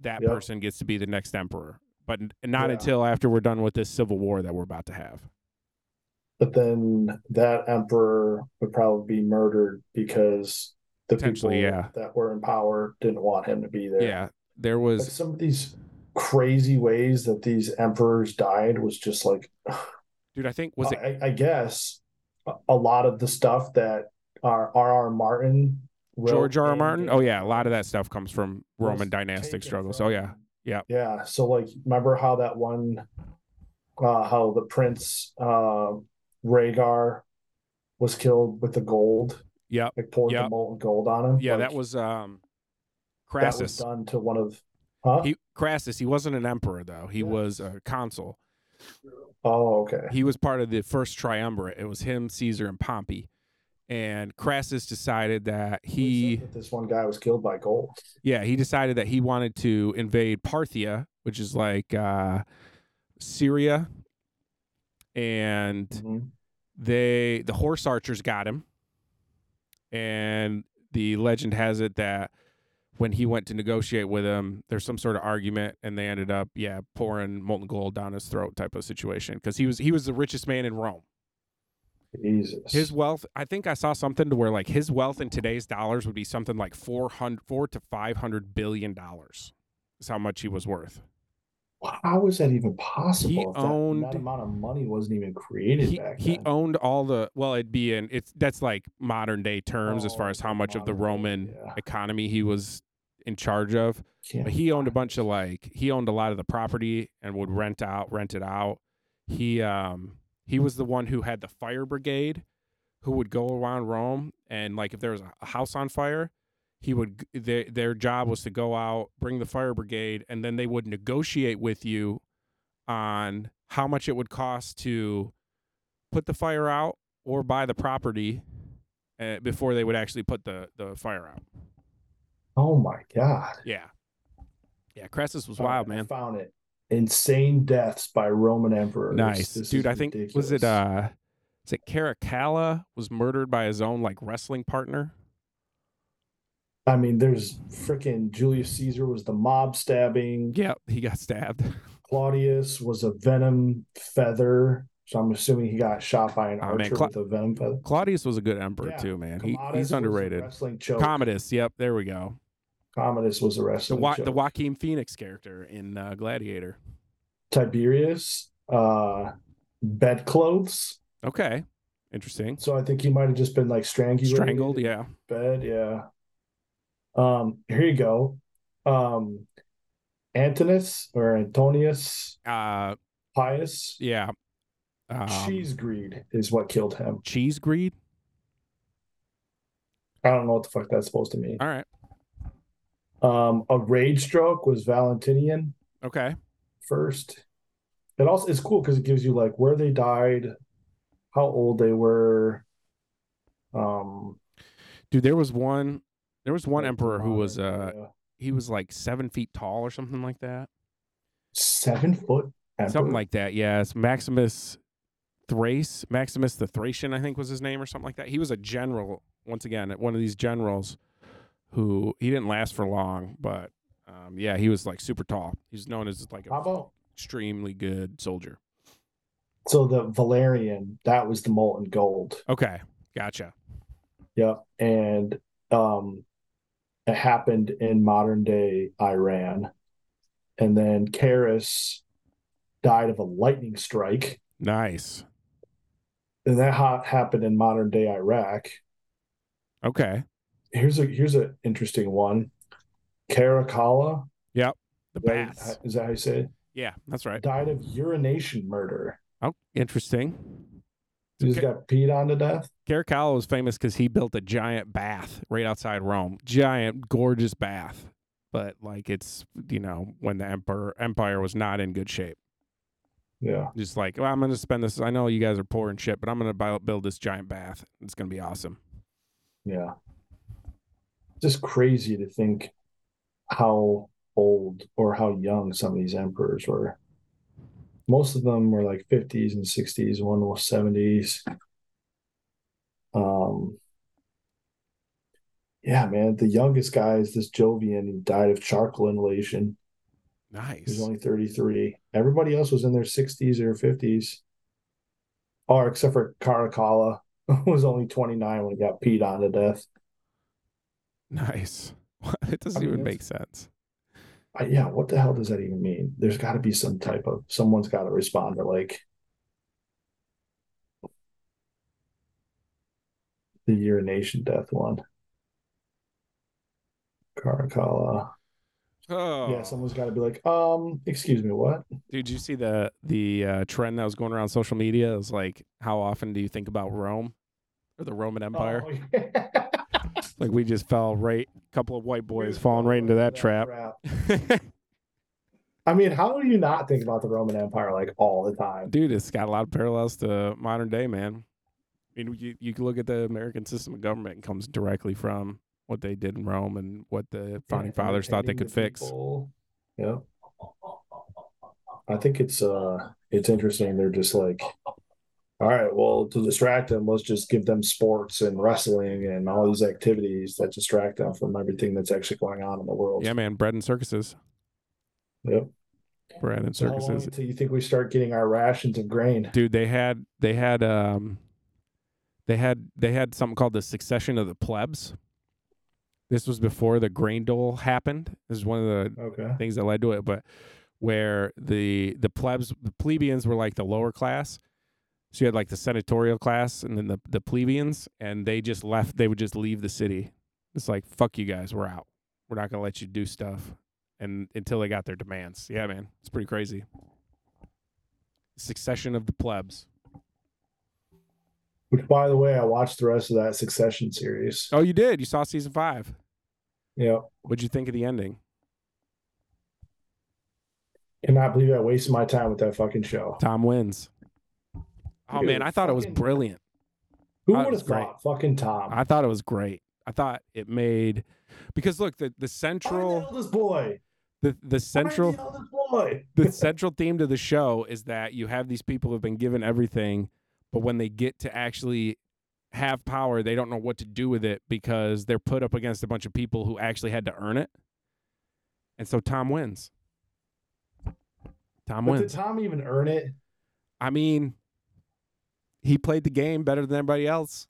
That
Yep.
person gets to be the next emperor. But n- not
Yeah.
until after we're done with this civil war that we're about to have.
But then that emperor would probably be murdered because the people
Potentially, yeah.
that were in power didn't want him to be there.
Yeah. There
Like
was
some of these crazy ways that these emperors died was just like
dude, I think was it
I, I guess a- a lot of the stuff that our R.R. Martin, wrote
George R. R.
and
Martin?
did
Oh yeah, a lot of that stuff comes from
was
Roman dynastic
taken
struggles.
from-
Oh yeah. yeah.
yeah. So like, remember how that one, uh, how the prince uh, Rhaegar was killed with the gold,
Yep.
like poured
Yep.
the molten gold on him.
Yeah, that
Like,
was um
that was
Crassus.
done to one of. Huh?
he Crassus, he wasn't an emperor though. He
Yeah.
was a consul.
oh, okay.
He was part of the first triumvirate. It was him, Caesar, and Pompey. And Crassus decided that
They
he
said that this one guy was killed by gold.
Yeah, he decided that he wanted to invade Parthia, which is like uh, Syria, and
Mhm.
they the horse archers got him and the legend has it that when he went to negotiate with him there's some sort of argument and they ended up yeah pouring molten gold down his throat type of situation because he was he was the richest man in rome
Jesus.
his wealth i think i saw something to where like his wealth in today's dollars would be something like 400 4 to 500 billion dollars is how much he was worth
How is that even possible?
He
if that,
owned-
that amount of money wasn't even created
he,
back
he
then.
owned all the well it'd be in it's that's like modern day terms as
Oh,
far as how much of the
modern
roman
day, yeah.
economy he was in charge of
Can't
but he owned a
find
bunch
it.
of like he owned a lot of the property and would rent out rent it out he um he was the one who had the fire brigade who would go around rome and like if there was a house on fire he would g- their, their job was to go out bring the fire brigade and then they would negotiate with you on how much it would cost to put the fire out or buy the property uh, before they would actually put the, the fire out
Oh my God.
yeah yeah cressus was
All right,
wild
I
man
found it. Insane deaths by Roman emperors.
Nice,
This
dude.
is
I think was
ridiculous.
it uh, is it Caracalla was murdered by his own like wrestling partner?
I mean, there's freaking Julius Caesar was the mob stabbing.
Yep, he got [laughs] stabbed.
Claudius was a venom feather. So I'm assuming he got shot by an
Oh, man,
archer
Cla-
with a venom feather.
Claudius was a good emperor
Yeah,
too, man. He,
Commodus was
he's
a
underrated.
Wrestling choke.
Commodus, yep, there we go.
Commodus was a
The
wrestling
Wa-
choke.
the Joaquin Phoenix character in uh, Gladiator.
Tiberius, uh, bedclothes.
Okay, interesting.
So I think he might have just been like strangulated.
Strangled, yeah.
bed. Yeah. Um, here you go. Um, Antinous or Antonius
Uh,
Pius.
yeah. Um,
Cheese greed is what killed him.
cheese greed.
I don't know what the fuck that's supposed to mean.
All right.
Um, a rage stroke was Valentinian
Okay.
first. It also it's cool because it gives you like where they died, how old they were. Um,
Dude, there was one. There was one
like,
emperor who was
modern
uh,
era.
he was like seven feet tall or something like that.
seven foot emperor?
something like that. Yes, Maximus Thrace, Maximus the Thracian, I think was his name, or something like that. He was a general. Once again, one of these generals who he didn't last for long, but um, yeah, he was like super tall. He's known as like
how
an
about
extremely good soldier.
so the Valerian that was the molten gold.
Okay, gotcha.
Yep. And um it happened in modern day Iran. And then Karis died of a lightning strike.
Nice.
And that ha- happened in modern day Iraq.
Okay,
Here's a here's an interesting one. Caracalla,
the
is that-
baths.
is that how you say it?
Yeah, that's right.
Died of urination murder.
Oh, interesting.
He just
Okay.
got peed on to death.
Caracalla was famous because he built a giant bath right outside Rome. Giant, gorgeous bath. But like it's you know when the emperor empire was not in good shape.
Yeah.
Just like well, I'm gonna spend this. I know you guys are poor and shit, but I'm gonna buy, build this giant bath. It's gonna be awesome.
Yeah. Just crazy to think how old or how young some of these emperors were. Most of them were like 50s and 60s, one was 70s. Um, yeah, man. The youngest guy is this Jovian. He died of charcoal inhalation. He
Nice.
was only 33. Everybody else was in their 60s or 50s. Or except for Caracalla, [laughs] who was only 29 when he got peed on to death.
Nice. [laughs] it doesn't
I mean,
even
that's-
make sense.
I, yeah, what the hell does that even mean? There's got to be some type of someone's got to respond to like the urination death one. Caracalla.
Oh,
Yeah, someone's got to be like, um, excuse me, what?
dude, you see the the uh, trend that was going around social media? It was like, how often do you think about Rome or the Roman
[laughs]
Empire?
Oh, yeah.
Like we just fell right, a couple of white boys
Just
falling
go
right into that trap.
I mean, how do you not think about the Roman Empire like all the
[laughs]
time?
Dude, it's got a lot of parallels to modern day, man. I mean, you, you can look at the American system of government it comes directly from what they did in Rome and what the founding fathers thought they
Hating
could
the
fix.
people. Yeah. I think it's uh it's interesting. They're just like all right, well, to distract them, let's just give them sports and wrestling and all these activities that distract them from everything that's actually going on in the world.
Yeah, man, bread and circuses.
Yep.
Bread and
So how long
circuses.
Until you think we start getting our rations of grain.
Dude, they had they had um they had they had something called the succession of the plebs. This was before the grain dole happened. This is one of the
Okay.
things that led to it, but where the the plebs the plebeians were like the lower class. So you had like the senatorial class and then the, the plebeians and they just left they would just leave the city. It's like fuck you guys, we're out. We're not gonna let you do stuff and until they got their demands. Yeah, man. It's pretty crazy. Succession of the plebs.
Which, by the way, I watched the rest of that Succession series.
Oh, you did. You saw season five.
Yeah.
What'd you think of the ending?
Cannot believe I wasted my time with that fucking show.
Tom wins. Oh
Dude,
man, I thought it was
fucking-
brilliant.
Who
That
would
was
have thought? Fucking Tom.
I thought it was great. I thought it made because look the the
Find the
central
eldest boy.
the the
Find
central
the eldest boy.
the central theme to the show is that you have these people who've been given everything, but when they get to actually have power, they don't know what to do with it because they're put up against a bunch of people who actually had to earn it. And so Tom wins. Tom
But
wins.
did Tom even earn it?
I mean, he played the game better than everybody else.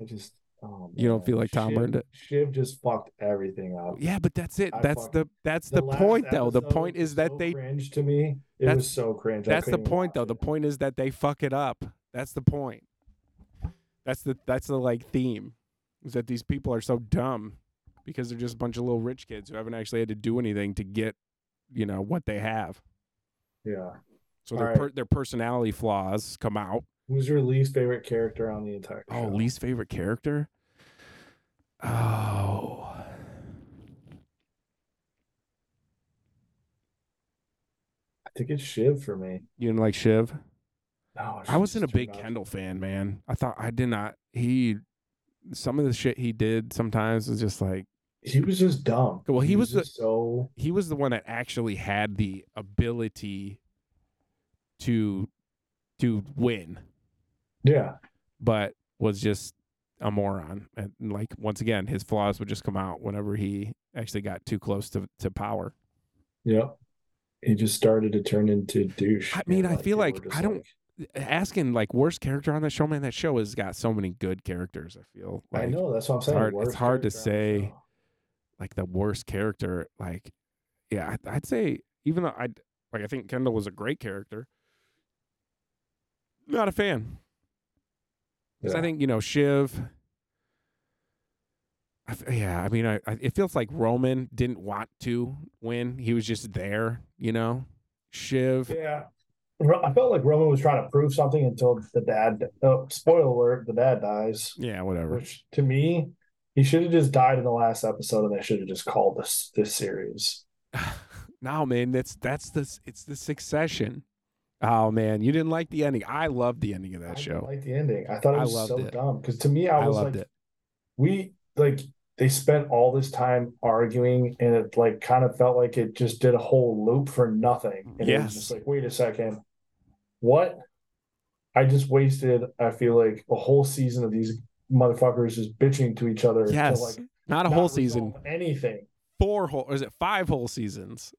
I just, oh,
You don't
man.
feel like Tom
Shiv-
earned it?
Shiv just fucked everything up.
Yeah, but that's it.
I
that's
fuck-
the that's the,
last
point though. The
episode
point
was
is that
so
they
cringe to me. It
That's-
was so cringe. I
that's the
couldn't even
point though.
watch
The
it.
point is that they fuck it up. That's the point. That's the that's the like theme is that these people are so dumb because they're just a bunch of little rich kids who haven't actually had to do anything to get, you know, what they have.
Yeah.
So their
Alright.
per, their personality flaws come out.
Who's your least favorite character on the entire
Oh,
show?
least favorite character? Oh.
I think it's Shiv for me.
You didn't like Shiv?
No,
I wasn't a
she's too
big
much.
Kendall fan, man. I thought I did not. He, some of the shit he did sometimes was just like
He was just dumb.
Well, he was the-
just so
he was the one that actually had the ability to to win,
yeah.
but was just a moron. And like once again, his flaws would just come out whenever he actually got too close to to power.
Yep. He just started to turn into douche.
I mean,
man.
I feel
people
like
were just
I don't- Asking like worst character on that show, man. That show has got so many good characters. I feel like
I know that's what I'm saying.
hard- it's
Worst
hard to
character on the
say. like the worst character. Like, yeah, I- I'd say even though I like, I think Kendall was a great character. Not a fan because I
show. Yeah.
think you know Shiv. I f yeah, I mean, I, I it feels like Roman didn't want to win. He was just there, you know. Shiv,
Yeah. Ro- I felt like Roman was trying to prove something until the dad. Oh, spoiler alert: the dad dies.
yeah, whatever.
Which to me, he should have just died in the last episode, and they should have just called this this series.
[sighs] no, man, that's that's the s- it's the succession. Oh man, you didn't like the ending. I loved the ending of
I
that
didn't
show.
like the ending. I thought it
I
was
loved
so
it.
dumb because to me, I
I,
was
loved
like,
it.
we like they spent all this time arguing, and it like kind of felt like it just did a whole loop for nothing. And it
Yes.
was just like, wait a second, what? I just wasted. I feel like a whole season of these motherfuckers just bitching to each other. to,
Yes,
like,
not a
not
whole season.
resolve Anything.
four whole or is it five whole seasons?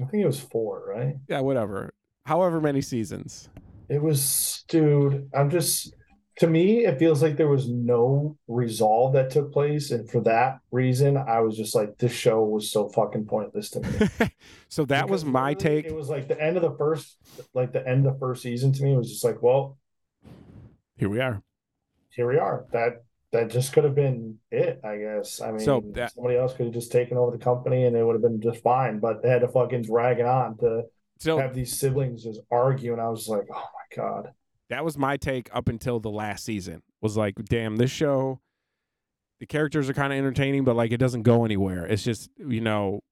I think it was four, right?
Yeah, whatever. However many seasons.
It was, dude, I'm just, to me, it feels like there was no resolve that took place. And for that reason, I was just like, this show was so fucking pointless to me.
so that was
Because
my
literally,
take.
It was like the end of the first, like the end of the first season to me was just like, well,
Here we are.
here we are. That, that just could have been it, I guess. I mean,
So that-
somebody else could have just taken over the company and it would have been just fine, but they had to fucking drag it on to
So
have these siblings just argue. And I was like, oh my God.
that was my take up until the last season. Was like, damn, this show the characters are kind of entertaining, but like it doesn't go anywhere. It's just, you know,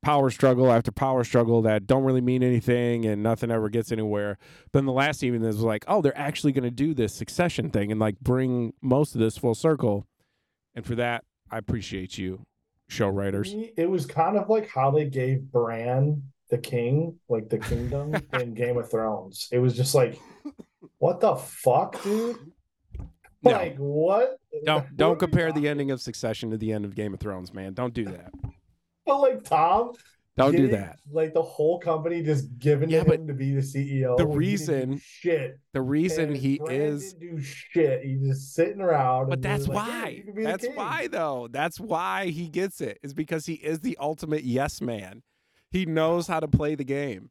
power struggle after power struggle that don't really mean anything and nothing ever gets anywhere. But then the last season is like, oh, they're actually going to do this succession thing and like bring most of this full circle. And for that, I appreciate you, show writers.
me, it was kind of like how they gave Bran the king, like
[laughs]
the kingdom in Game of Thrones. It was just like, what the fuck, dude?
No.
Like what?
Don't
[laughs] What are
don't
we
compare the
talking-
ending of Succession to the end of Game of Thrones, man. Don't do that.
But like Tom,
Don't do
getting,
that.
Like the whole company just given
Yeah,
to
but
him to be the CEO.
the
when he didn't do
reason-
shit.
The reason
and
he
Bran
is
didn't do shit. He's just sitting around.
But
and he
that's
was like, "Yeah,
why.
you can be the
That's
king."
why though. That's why he gets it. Is because he is the ultimate yes man. He knows how to play the game.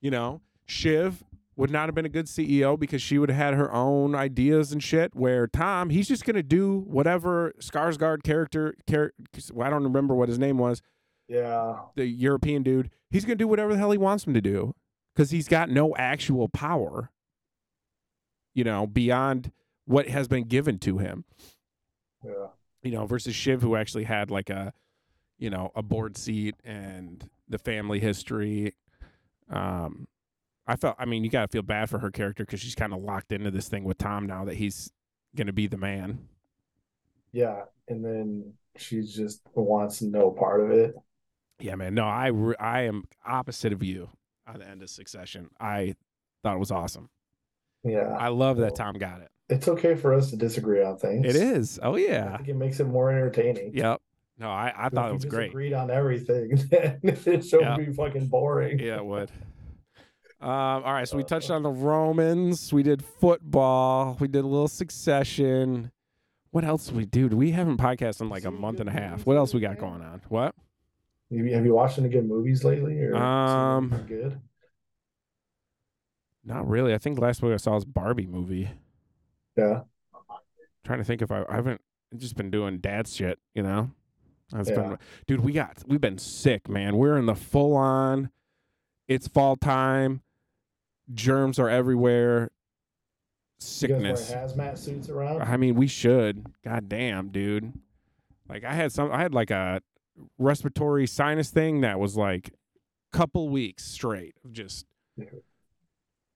You know, Shiv would not have been a good CEO because she would have had her own ideas and shit. Where Tom, he's just gonna do whatever Skarsgård character, char- I don't remember what his name was,
Yeah.
the European dude. He's gonna do whatever the hell he wants him to do because he's got no actual power. You know, beyond what has been given to him
Yeah.
you know, versus Shiv, who actually had like a, you know, a board seat and the family history. Um, I felt, I mean, you got to feel bad for her character because she's kind of locked into this thing with Tom now that he's going to be the man.
Yeah. And then she just wants no part of it.
Yeah, man. No, I, re- I am opposite of you on the end of Succession. I thought it was awesome.
Yeah.
I love that Tom got it.
It's okay for us to disagree on things.
It is. Oh,
I
yeah.
think it makes it more entertaining.
Yep. No, I, I
If
thought it
we
was
just
great.
Agreed on everything. [laughs] Then it show
Yeah.
would be fucking boring.
Yeah, it
[laughs]
would. Um, all right, so
Uh,
we touched on the Romans. We did football. We did a little Succession. What else we do? We haven't podcasted in like a
Seen
month
good
and a half.
movies
What else we got
lately,
going on? What?
Have you, have you watched any good movies lately? Or seen
Um,
anything good.
Not really. I think last week I saw was Barbie movie.
Yeah.
trying to think if I, I haven't I've just been doing dad shit. You know, that's
Yeah.
been dude. We got we've been sick, man. We're in the full on. It's fall time. Germs are everywhere.
You guys wearing
Sickness.
hazmat suits around?
I mean, we should. God damn, dude. Like I had some I had like a respiratory sinus thing that was like couple weeks straight of just
Yeah.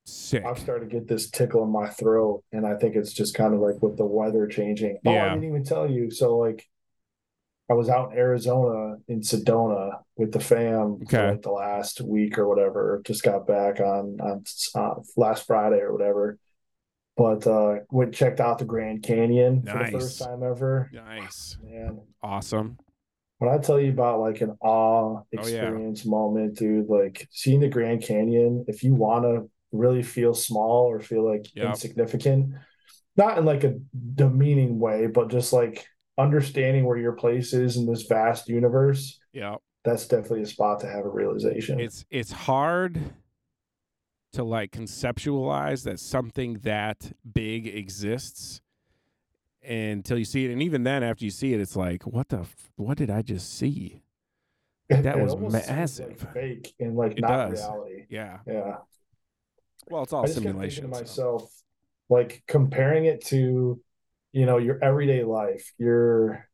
sick.
I've started to get this tickle in my throat, and I think it's just kind of like with the weather changing. Oh,
Yeah.
I didn't even tell you. So like, I was out in Arizona in Sedona with the fam
Okay.
for like the last week or whatever. Just got back on on uh, last Friday or whatever. But uh went and checked out the Grand Canyon for the
Nice.
first time ever.
Nice.
Man,
Awesome.
when I tell you about like an awe
Oh, yeah.
experience moment, dude, like seeing the Grand Canyon, if you want to really feel small or feel like
Yep.
insignificant, not in like a demeaning way, but just like understanding where your place is in this vast universe,
Yeah.
that's definitely a spot to have a realization.
It's it's hard to like conceptualize that something that big exists until you see it and even then after you see it it's like what the f- what did I just see?
[laughs] It-
that
it
was
almost seems, like,
massive.
fake and like
It
not
does.
reality.
Yeah.
Yeah.
Well, it's all
I just kept thinking
simulation.
to
so.
myself, like comparing it to, you know, your everyday life. Your,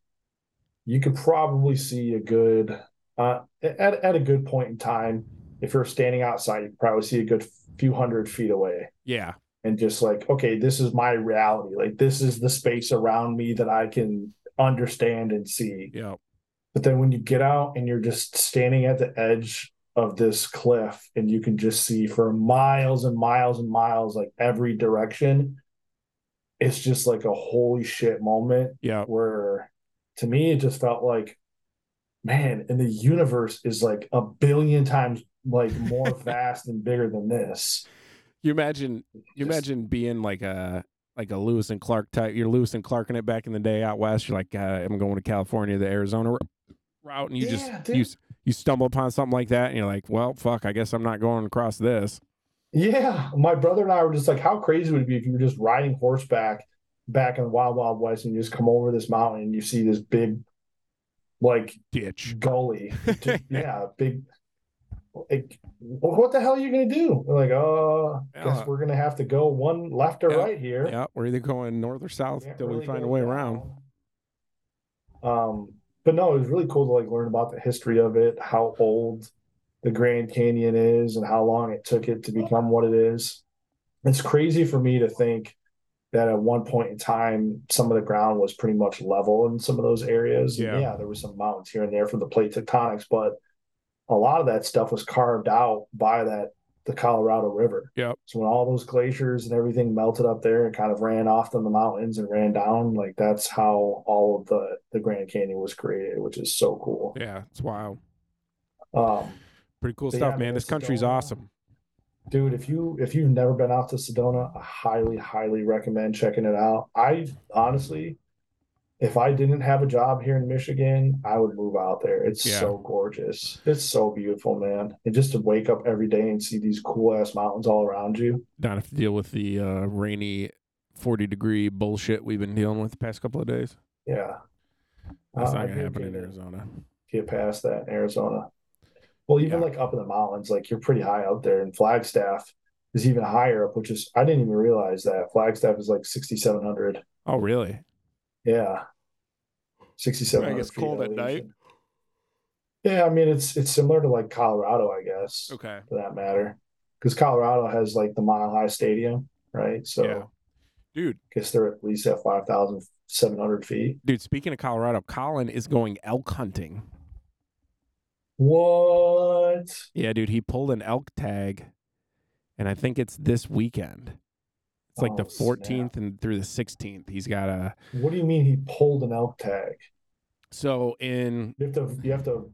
you could probably see a good, uh, at at a good point in time, if you're standing outside, you could probably see a good few hundred feet away,
Yeah.
and just like, okay, this is my reality. Like this is the space around me that I can understand and see.
Yeah.
But then when you get out and you're just standing at the edge of this cliff and you can just see for miles and miles and miles, like every direction, it's just like a holy shit moment
Yeah.
where to me, it just felt like, man, and the universe is like a billion times like more vast and bigger than this.
You imagine you
Just-
imagine being like a like a Lewis and Clark type. You're Lewis and Clarking it back in the day out west. You're like, uh, I'm going to California, the Arizona r- route, and you
Yeah,
just
dude.
you s- you stumble upon something like that, and you're like, well, fuck, I guess I'm not going across this.
Yeah, my brother and I were just like, how crazy would it be if you were just riding horseback back in the Wild Wild West and you just come over this mountain and you see this big, like Mm,
Ditch.
gully, Just- yeah, big. Like, what the hell are you gonna do? We're like, oh,
Yeah.
guess we're gonna have to go one left or
Uh-huh. Yeah.
right here.
Yeah, we're either going north or south
Can't
till we
really
find a
go
way
down.
around.
Um, but no, it was really cool to like learn about the history of it, how old the Grand Canyon is, and how long it took it to become what it is. It's crazy for me to think that at one point in time, some of the ground was pretty much level in some of those areas. And
Yeah.
yeah, there was some mountains here and there from the plate tectonics, but a lot of that stuff was carved out by that the Colorado River.
Yep.
So when all those glaciers and everything melted up there and kind of ran off in the mountains and ran down, like that's how all of the the Grand Canyon was created, which is so cool.
Yeah, it's wild.
Um,
Pretty cool
But
stuff,
yeah,
man.
uh, man,
This
Sedona.
country's awesome.
dude, if you if you've never been out to Sedona, I highly highly recommend checking it out. I honestly, if I didn't have a job here in Michigan, I would move out there. It's
Yeah.
so gorgeous. It's so beautiful, man. And just to wake up every day and see these cool ass mountains all around you.
Not have to deal with the uh, rainy, forty degree bullshit we've been dealing with the past couple of days.
Yeah.
That's
Uh,
not
I
gonna
do
happen in
get it.
Arizona.
Get past that in Arizona. Well, even
Yeah.
like up in the mountains, like you're pretty high up there, and Flagstaff is even higher up, which is I didn't even realize that Flagstaff is like 6,700.
Oh, really?
Yeah, 6,700.
It gets
feet
cold at night?
elevation. Yeah, I mean it's it's similar to like Colorado, I guess,
Okay.
for that matter, because Colorado has like the Mile High Stadium, right? So
Yeah. Dude,
I guess they're at least at 5,700 feet.
dude. Speaking of Colorado, Colin is going elk hunting.
What?
Yeah, dude. He pulled an elk tag, and I think it's this weekend. It's like the
Oh, snap.
fourteenth and through the sixteenth. He's got a
What do you mean he pulled an elk tag?
so in
You have to you have to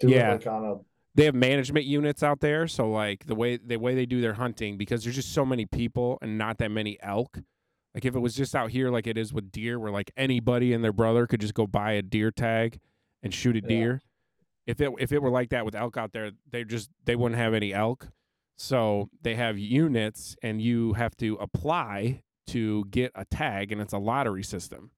do
Yeah.
it like on a
they have management units out there so like the way the way they do their hunting because there's just so many people and not that many elk like if it was just out here like it is with deer where like anybody and their brother could just go buy a deer tag and shoot a
Yeah.
deer if it if it were like that with elk out there they just they wouldn't have any elk so they have units and you have to apply to get a tag and it's a lottery system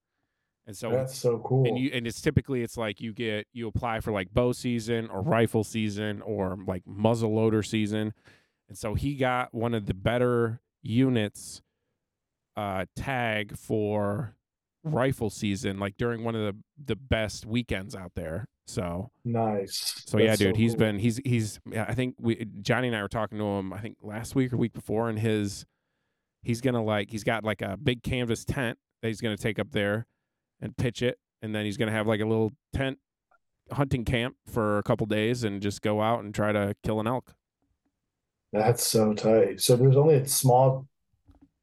and so
that's so cool.
and you and it's typically it's like you get you apply for like bow season or rifle season or like muzzle loader season and so he got one of the better units uh tag for rifle season like during one of the the best weekends out there so
nice.
so yeah
That's
dude he's
cool.
been he's he's yeah, i think we johnny and i were talking to him i think last week or week before and his he's gonna like he's got like a big canvas tent that he's gonna take up there and pitch it and then he's gonna have like a little tent hunting camp for a couple days and just go out and try to kill an elk
that's so tight. So there's only a small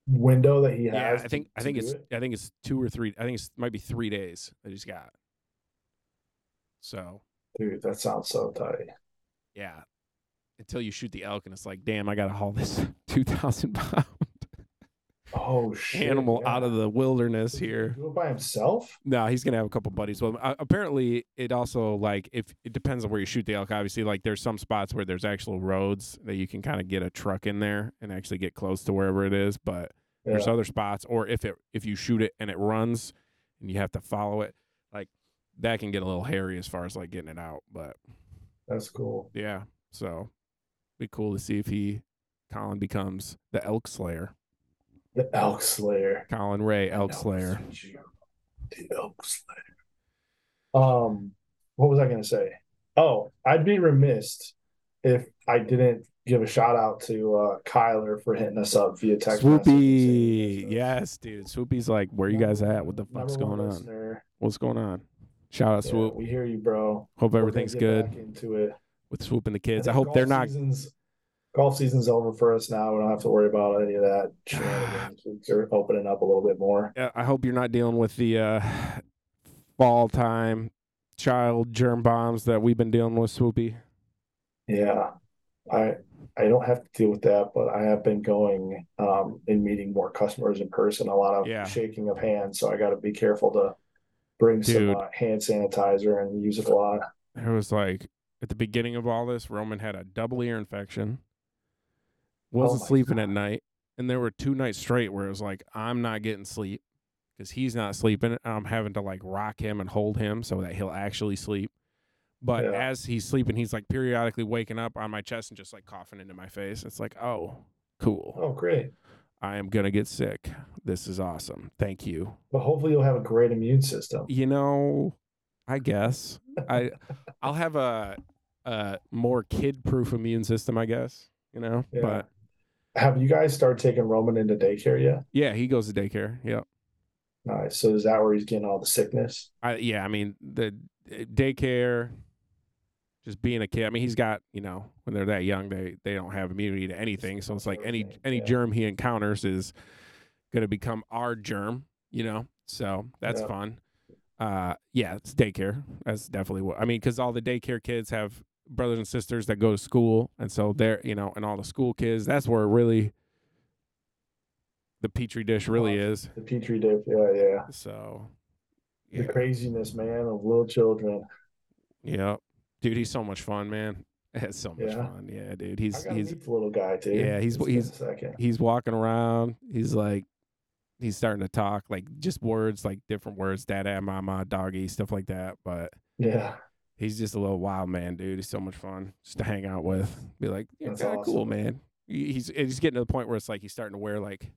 window that he
yeah
has.
i think
to-
i
to
think
do
it's
it?
i think it's two or three i think it's might be three days that he's got so
dude, that sounds so tight.
yeah until you shoot the elk and it's like damn i gotta haul this [laughs] 2000 pound
Oh shit.
animal out
yeah.
of the wilderness
Does he
here.
Do it by himself?
No, he's gonna have a couple buddies with him. Uh, apparently, it also like if it depends on where you shoot the elk. Obviously, like there's some spots where there's actual roads that you can kind of get a truck in there and actually get close to wherever it is. But there's
Yeah.
other spots, or if it if you shoot it and it runs and you have to follow it, like that can get a little hairy as far as like getting it out. But
That's cool.
yeah, so be cool to see if he Colin becomes the elk slayer.
The Elk Slayer.
Colin Ray, elk slayer.
The Elk Slayer. Um, what was I gonna say? Oh, I'd be remiss if I didn't give a shout out to uh Kyler for hitting us up via text.
Swoopy,
message.
yes, dude. Swoopy's like, where you guys at? What the
Number
fuck's
one
going on?
listener.
What's going on? Shout out
Yeah,
Swoop.
we hear you, bro.
Hope
We're gonna
everything's
get
good
back into it.
with Swoop and the kids. I hope
think golf
they're not.
Season's, golf season's over for us now. We don't have to worry about any
[sighs]
of that. shenanigans. We're opening up a little bit more.
uh, I hope you're not dealing with the uh, [sighs] fall time child germ bombs that we've been dealing with, Swoopy.
Yeah, I I don't have to deal with that, but I have been going um and meeting more customers in person. A lot of
Yeah.
shaking of hands, so I got to be careful to bring
Dude.
some uh, hand sanitizer and use it a lot.
It was like at the beginning of all this, Roman had a double ear infection, wasn't
Oh my
sleeping at night, and there were two nights straight where it was like I'm not getting sleep because he's not sleeping. and I'm having to like rock him and hold him so that he'll actually sleep. But
Yeah.
as he's sleeping, he's like periodically waking up on my chest and just like coughing into my face. It's like, oh, cool.
Oh, great!
I am gonna get sick. This is awesome. Thank you.
But hopefully, you'll have a great immune system.
You know, I guess I I'll have a a more kid proof immune system, I guess. You know,
Yeah.
but
Have you guys started taking Roman into daycare yet?
yeah, he goes to daycare. Yeah,
Nice. So is that where he's getting all the sickness?
I yeah, I mean the uh, daycare, eh, just being a kid. I mean, he's got you know when they're that young, they they don't have immunity to anything. So it's like any any
Yeah.
germ he encounters is going to become our germ. You know, so that's
Yeah.
fun. Uh, yeah, it's daycare. That's definitely what I mean because all the daycare kids have brothers and sisters that go to school, and so
Mm-hmm.
they're you know, and all the school kids. That's where really the petri dish really
Oh.
is.
The petri dish, yeah, yeah.
So,
The craziness, man, of little children.
Yep. Dude, he's so much fun, man. [laughs] It's so much
Yeah.
fun. Yeah, dude.
I
He's
gotta
he's
meet the little guy too.
yeah, he's-
Just in a
he's-
second.
he's walking around. He's like he's starting to talk like just words, like different words, dada, mama, doggy, stuff like that. But
Yeah, [laughs]
he's just a little wild man, dude. He's so much fun just to hang out with. Be like, yeah,
That's
kinda cool,
awesome.
man. He- He's and he's getting to the point where it's like he's starting to wear like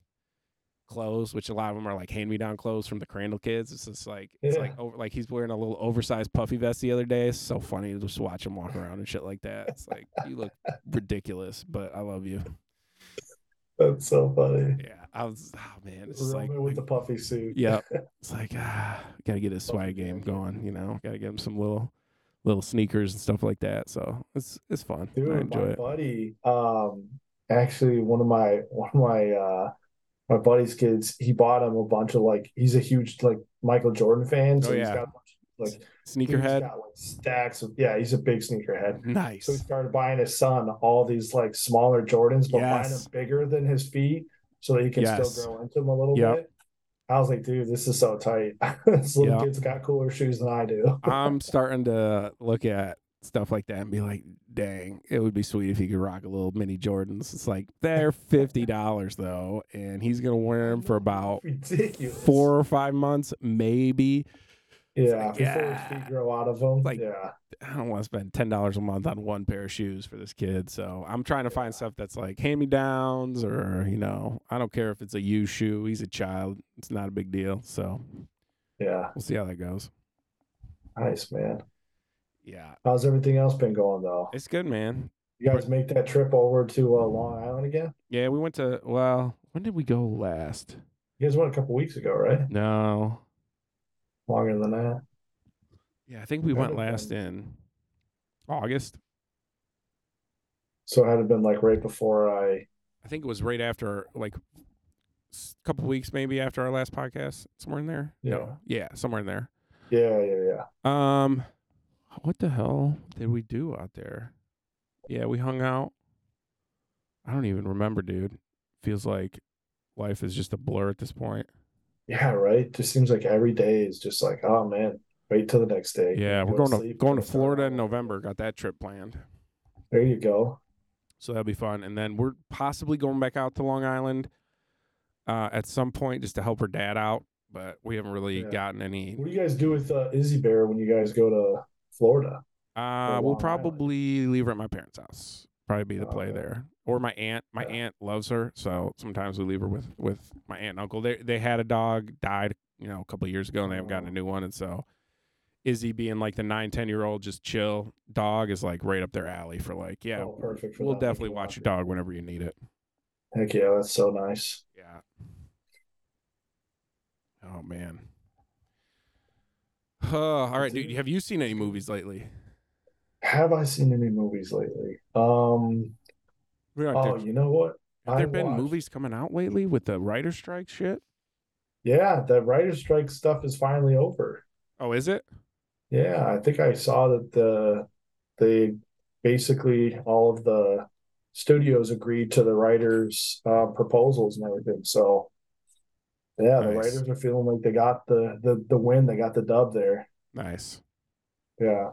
clothes, which a lot of them are like hand me down clothes from the Crandall kids. It's just like it's
Yeah.
like over like he's wearing a little oversized puffy vest the other day. It's so funny to just watch him walk around and shit like that. It's like you
[laughs]
look ridiculous, but I love you.
that's so funny.
Yeah, I was oh man, it's just like,
Roman with the puffy suit.
yeah,
[laughs]
it's like ah, gotta get his swag
Puffy
game
jacket.
going. You know, gotta get him some little little sneakers and stuff like that. So it's it's fun.
Dude,
I enjoy
my
it.
buddy, um, actually one of my one of my uh my buddy's kids, he bought him a bunch of like he's a huge like Michael Jordan fan, so
Oh,
he's
yeah.
got a bunch of, like he's
Sneakerhead,
got like stacks of yeah, he's a big sneakerhead.
nice.
So he started buying his son all these like smaller Jordans, but buying
Yes.
them bigger than his feet so that he can
Yes.
still grow into them a little
Yep.
bit. I was like, dude, this is so tight. [laughs] This little
Yeah.
kid's got cooler shoes than I
[laughs]
do. [laughs]
I'm starting to look at stuff like that and be like, dang, it would be sweet if he could rock a little mini Jordans. It's like they're fifty dollars though, and he's gonna wear them for
[laughs]
about
Ridiculous.
four or five months, maybe.
Yeah,
like,
before his
yeah.
feet grow out of them.
Like,
yeah.
I don't want to spend ten dollars a month on one pair of shoes for this kid. So I'm trying to find stuff that's like hand me downs or, you know, I don't care if it's a U shoe. He's a child. It's not a big deal. So
Yeah.
we'll see how that goes.
Nice, man.
Yeah.
How's everything else been going though?
It's good, man.
You guys make that trip over to uh, Long Island again?
Yeah, we went to well, when did we go last?
You guys went a couple weeks ago, right?
No.
Longer than that.
Yeah, I think we
That
went
would've
last in August.
So it had to been like right before I
I think it was right after like a couple weeks maybe after our last podcast. Somewhere in there. No. Yeah, somewhere in there.
Yeah, yeah, yeah.
Um, what the hell did we do out there? Yeah, we hung out. I don't even remember, dude. Feels like life is just a blur at this point.
Yeah, right. Just seems like every day is just like, oh man, wait till the next day.
Yeah,
Go
we're going to
sleep,
going to
go start
Florida in
over.
November. Got that trip planned,
There you go.
so that'll be fun. And then we're possibly going back out to Long Island uh, at some point just to help her dad out. But we haven't really
Yeah.
gotten any.
What do you guys do with uh, Izzy Bear when you guys go to Florida?
Uh,
Long
we'll
Island.
probably leave her at my parents' house. Probably be the
Oh,
play
okay.
there, or my aunt. My
Yeah.
aunt loves her, so sometimes we leave her with with my aunt and uncle. They they had a dog, died, you know, a couple of years ago, and they haven't gotten a
Oh.
new one. And so Izzy being like the nine ten year old, just chill dog is like right up their alley for like, yeah,
Oh, perfect for
we'll
them.
definitely watch your dog whenever you need it.
Heck yeah, that's so nice.
Yeah. Oh man. [sighs] all right, dude.
Dude.
Have you seen any movies lately?
Have I seen any movies lately? Um,
We aren't
oh, you know what?
Have there
I
been
watched-
movies coming out lately with the writer strike shit?
Yeah, the writer's strike stuff is finally over.
Oh, is it?
Yeah, I think I saw that the they basically all of the studios agreed to the writers' uh, proposals and everything. So yeah, the
Nice.
writers are feeling like they got the the the win, they got the dub there.
Nice.
Yeah,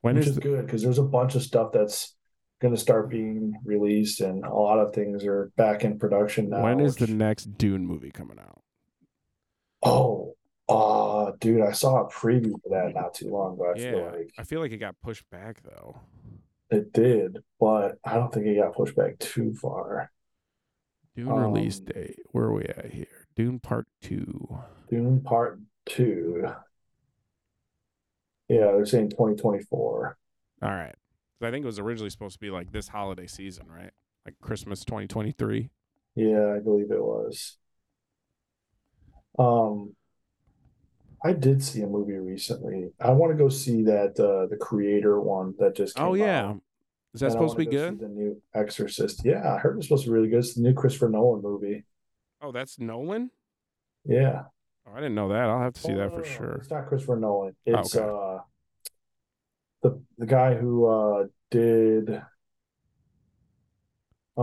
When
which
is
is
the,
good because there's a bunch of stuff that's going to start being released, and a lot of things are back in production now,
when is the
which-
next Dune movie coming out?
Oh, uh, dude, I saw a preview for that not too long ago. I feel
Yeah.
like
I feel like it got pushed back though.
it did, but I don't think it got pushed back too far.
Dune release
Um,
date. Where are we at here? Dune Part Two.
Dune Part Two. Yeah, they're saying 2024.
All right. 'Cause I think it was originally supposed to be like this holiday season, right? Like Christmas 2023.
Yeah, I believe it was. Um, I did see a movie recently. I want to go see that uh the creator one that just came
Oh yeah,
out.
is that
And I
supposed to be
wanna go see
good?
The new Exorcist. Yeah, I heard it's supposed to be really good. It's the new Christopher Nolan movie.
Oh, that's Nolan.
Yeah.
Oh, I didn't know that. I'll have to see
Oh,
that
no,
for
no, no.
sure. Oh,
It's not Christopher Nolan. It's
okay.
uh the the guy who uh did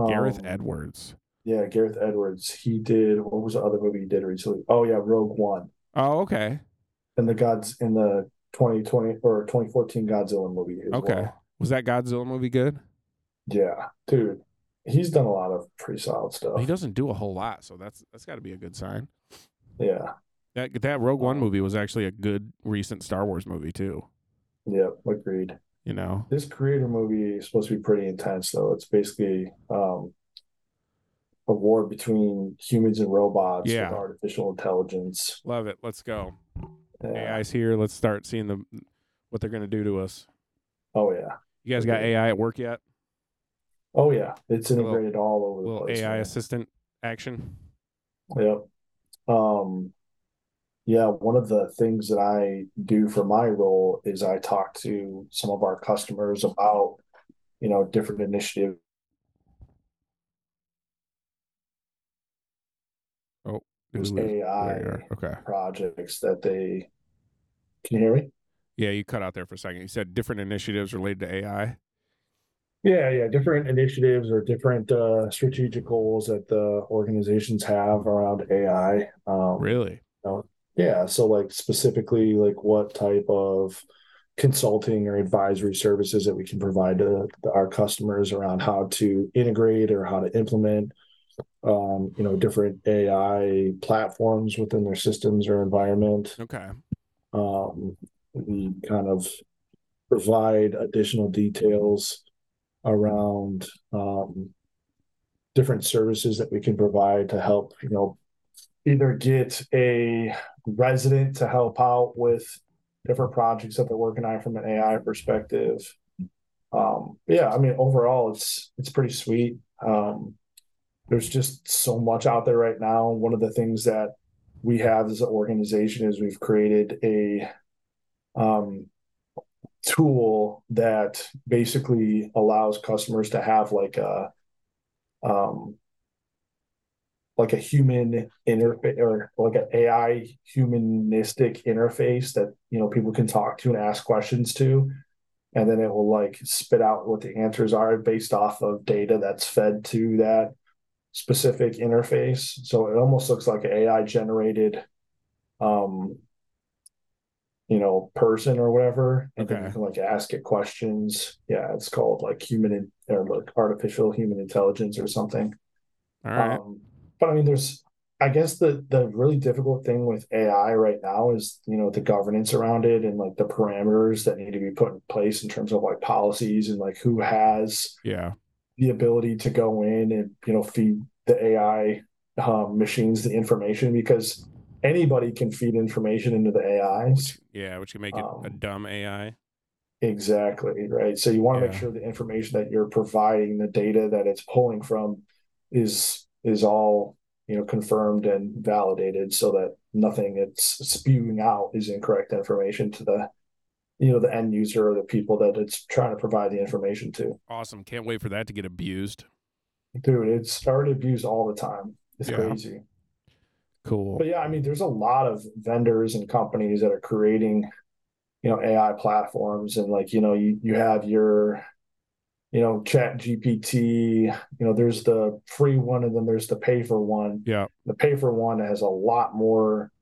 Gareth
um
Edwards.
yeah, Gareth Edwards. He did what was the other movie he did recently? Oh yeah, Rogue One.
Oh, okay.
And the gods in the 2020 or 2014 Godzilla movie as
Okay.
well.
Was that Godzilla movie good?
Yeah, dude. He's done a lot of pretty solid
He
stuff.
doesn't do a whole lot, so that's that's got to be a good sign.
Yeah.
That that Rogue One
Um,
movie was actually a good recent Star Wars movie too.
Yeah, agreed.
You know,
This creator movie is supposed to be pretty intense though. It's basically um a war between humans and robots
Yeah.
with artificial intelligence.
love it. Let's go.
Yeah.
AI's here. Let's start seeing the what they're gonna do to us.
Oh yeah.
You guys got
Agreed.
AI at work yet?
Oh yeah. It's
Little-
integrated all over the
little
place.
AI
man.
assistant action.
Yep. Um, yeah, one of the things that I do for my role is I talk to some of our customers about, you know, different initiatives.
Ooh, there you are.
AI
Okay.
projects that they can you hear me?
Yeah, you cut out there for a second. You said different initiatives related to AI.
Yeah, yeah, different initiatives or different uh, strategic goals that the organizations have around AI. Um,
Really?
yeah, so like specifically, like what type of consulting or advisory services that we can provide to our customers around how to integrate or how to implement, um, you know, different AI platforms within their systems or environment.
Okay.
Um, we kind of provide additional details around um, different services that we can provide to help, you know, either get a resident to help out with different projects that they're working on from an AI perspective. Um, yeah, I mean, overall, it's it's pretty sweet. Um, there's just so much out there right now. One of the things that we have as an organization is we've created a um, tool that basically allows customers to have like a um, like a human interface or like an AI humanistic interface that you know people can talk to and ask questions to, and then it will like spit out what the answers are based off of data that's fed to that specific interface. So it almost looks like an AI generated um you know person or whatever and then
Okay.
you can like ask it questions yeah it's called like human in, or like artificial human intelligence or something
All right.
um, but I mean, there's, I guess the the really difficult thing with AI right now is, you know, the governance around it and like the parameters that need to be put in place in terms of like policies and like who has
yeah.
the ability to go in and, you know, feed the AI um, machines the information because anybody can feed information into the AIs.
Which, yeah, which can make it a
Um,
dumb AI.
Exactly, right. So you want to make
Yeah.
sure the information that you're providing, the data that it's pulling from is is all, you know, confirmed and validated so that nothing it's spewing out is incorrect information to the, you know, the end user or the people that it's trying to provide the information to.
Awesome. Can't wait for that to get abused.
Dude, it's already abused all the time. It's
Yeah.
crazy.
Cool.
But yeah, I mean, there's a lot of vendors and companies that are creating, you know, AI platforms and like, you know, you you have your you know, Chat GPT, you know, there's the free one and then there's the pay for one.
Yeah.
The pay for one has a lot more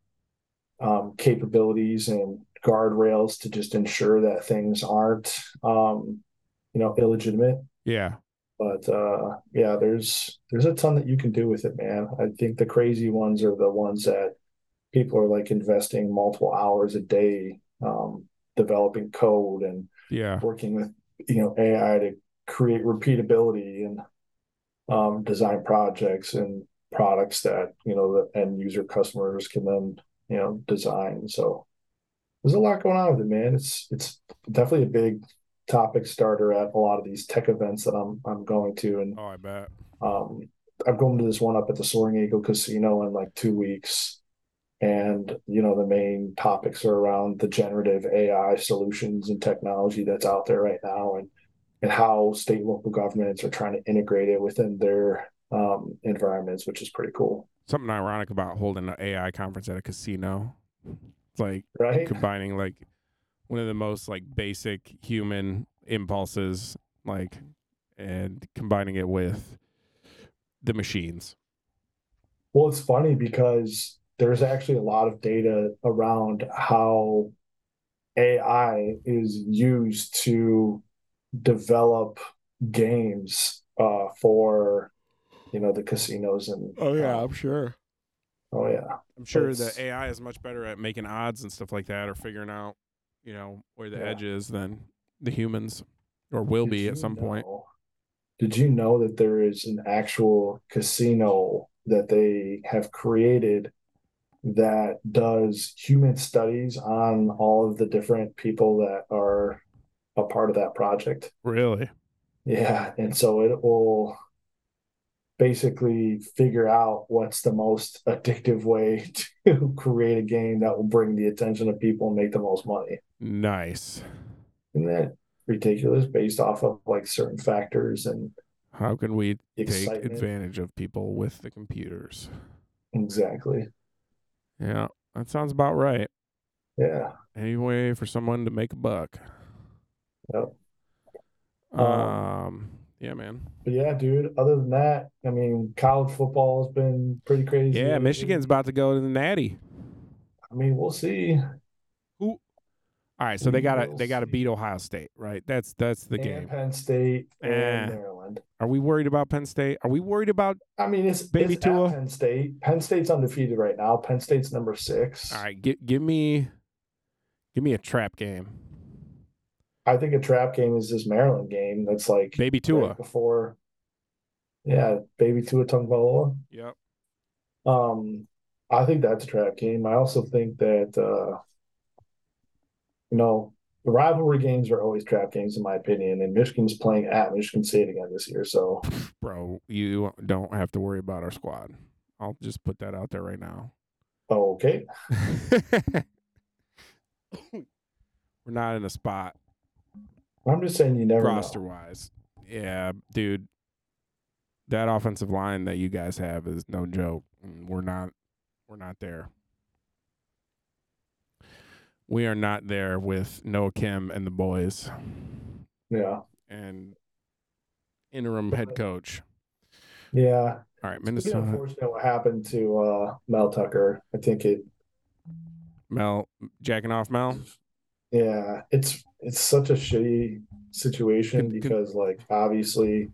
um, capabilities and guardrails to just ensure that things aren't, um, you know, illegitimate.
Yeah.
But uh, yeah, there's there's a ton that you can do with it, man. I think the crazy ones are the ones that people are like investing multiple hours a day, um, developing code and
Yeah.
working with you know AI to create repeatability and um, design projects and products that you know the end user customers can then you know design. So there's a lot going on with it, man. It's it's definitely a big topic starter at a lot of these tech events that I'm I'm going to, and
Oh, I bet.
um, I'm going to this one up at the Soaring Eagle Casino in like two weeks. And, you know, the main topics are around the generative AI solutions and technology that's out there right now and, and how state and local governments are trying to integrate it within their um, environments, which is pretty cool.
Something ironic about holding an AI conference at a casino. It's like
Right?
combining like one of the most like basic human impulses, like and combining it with the machines.
Well, it's funny because there's actually a lot of data around how AI is used to develop games uh, for, you know, the casinos and
Oh,
uh,
sure.
oh yeah,
I'm sure
It's-
the AI is much better at making odds and stuff like that, or figuring out, you know, where the
Yeah.
edge is than the humans, or will
Did
be
you
at some point.
know- Did you know that there is an actual casino that they have created that does human studies on all of the different people that are a part of that project?
Really?
Yeah, and so it will basically figure out what's the most addictive way [laughs] to create a game that will bring the attention of people and make the most money.
Nice.
Isn't that ridiculous based off of like certain factors and
How can we
the
take
excitement?
advantage of people with the computers?
Exactly.
Yeah, that sounds about right.
Yeah.
Any way for someone to make a buck.
Yep.
Um. Yeah, man.
But yeah, dude, other than that, I mean, college football has been pretty crazy
Yeah,
lately.
Michigan's about to go to the Natty.
I mean, we'll see.
Who? All right, so they
We
gotta
will
they gotta
see.
beat Ohio State, right? That's that's the
And
game.
Penn State and
Eh.
Maryland.
Are we worried about Penn State? Are we worried about?
I mean, it's
Baby
it's at
Tua.
Penn State. Penn State's undefeated right now. Penn State's number six.
All right, give give me, give me a trap game.
I think a trap game is this Maryland game that's like
Baby
right
Tua.
before. Yeah, baby Tua Tungvaloa.
Yep.
Um, I think that's a trap game. I also think that uh, you know the rivalry games are always trap games in my opinion. And Michigan's playing at Michigan State again this year, so
Bro, you don't have to worry about our squad. I'll just put that out there right now. [laughs]
okay,
We're not in a spot
I'm just saying you never know.
roster wise. Yeah, dude. That offensive line that you guys have is no joke. and We're not we're not there. We are not there with Noah Kim and the boys
Yeah,
and interim head coach.
yeah.
All right,
It's been
Minnesota.
unfortunate what happened to uh, Mel Tucker. I think it.
Mel jacking off Mel.
Yeah, it's it's such a shitty situation
Could- could-
because like obviously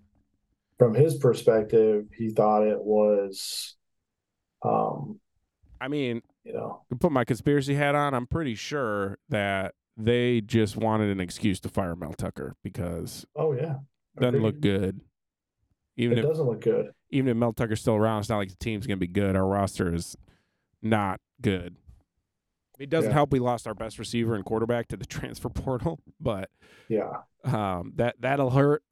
from his perspective, he thought it was um,
I mean,
you know,
to put my conspiracy hat on, I'm pretty sure that they just wanted an excuse to fire Mel Tucker because
oh yeah.
it doesn't
Agreed.
look good. Even
It
if
doesn't look good.
even if Mel Tucker's still around, it's not like the team's gonna be good. Our roster is not good. It doesn't
Yeah.
help we lost our best receiver and quarterback to the [laughs] transfer portal, but
Yeah.
um, that that'll hurt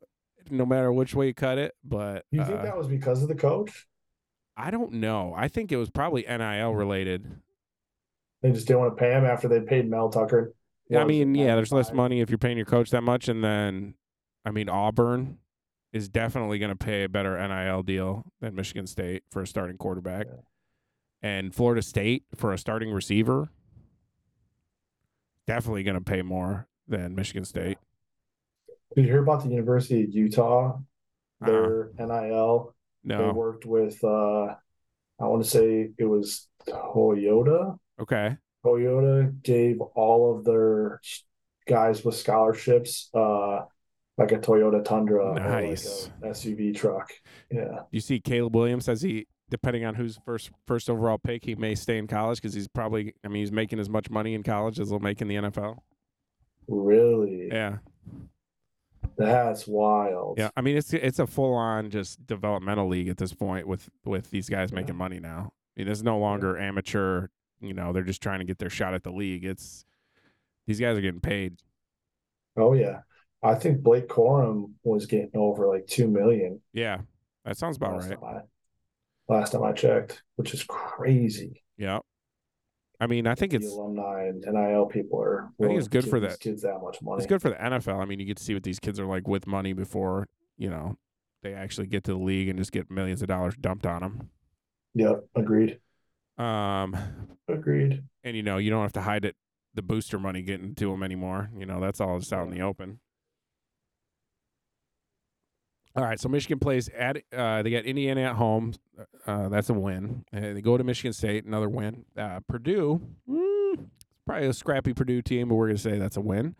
no matter which way you cut it. But
You think
uh,
that was because of the coach?
I don't know. I think it was probably NIL related.
They just didn't want to pay him after they paid Mel Tucker.
I mean, yeah, there's less
95.
money if you're paying your coach that much, and then, I mean, Auburn is definitely going to pay a better NIL deal than Michigan State for a starting quarterback,
Yeah.
and Florida State for a starting receiver. Definitely going to pay more than Michigan State.
Did you hear about the University of Utah?
Uh,
Their NIL. They
no,
worked with uh I want to say it was Toyota.
okay,
Toyota gave all of their s- guys with scholarships uh like a Toyota Tundra or like a
Nice.
SUV truck. Yeah.
you see, Caleb Williams says he, depending on who's first first overall pick, he may stay in college because he's probably, I mean, he's making as much money in college as he'll make in the NFL.
Really?
Yeah.
That's wild.
Yeah, I mean it's it's a full on just developmental league at this point with with these guys
Yeah.
making money now. I mean, it's no longer amateur. You know, they're just trying to get their shot at the league. It's these guys are getting paid.
Oh yeah. I think Blake Corum was getting over like two million
Yeah, that sounds about
last
right.
time I last time I checked, which is crazy.
Yeah, I mean, I think
the
it's
alumni and NIL people are.
I think it's good for
willing to give these
that.
Kids that much money.
it's good for the NFL. I mean, you get to see what these kids are like with money before you know they actually get to the league and just get millions of dollars dumped on
Yep. Agreed.
them. Um,
Agreed.
and you know you don't have to hide it. The booster money getting to them anymore. You know that's all just out in the open. All right, so Michigan plays at uh, they got Indiana at home. Uh, that's a win. And they go to Michigan State, another win. Uh, Purdue, mm, it's probably a scrappy Purdue team, but we're gonna say that's a win.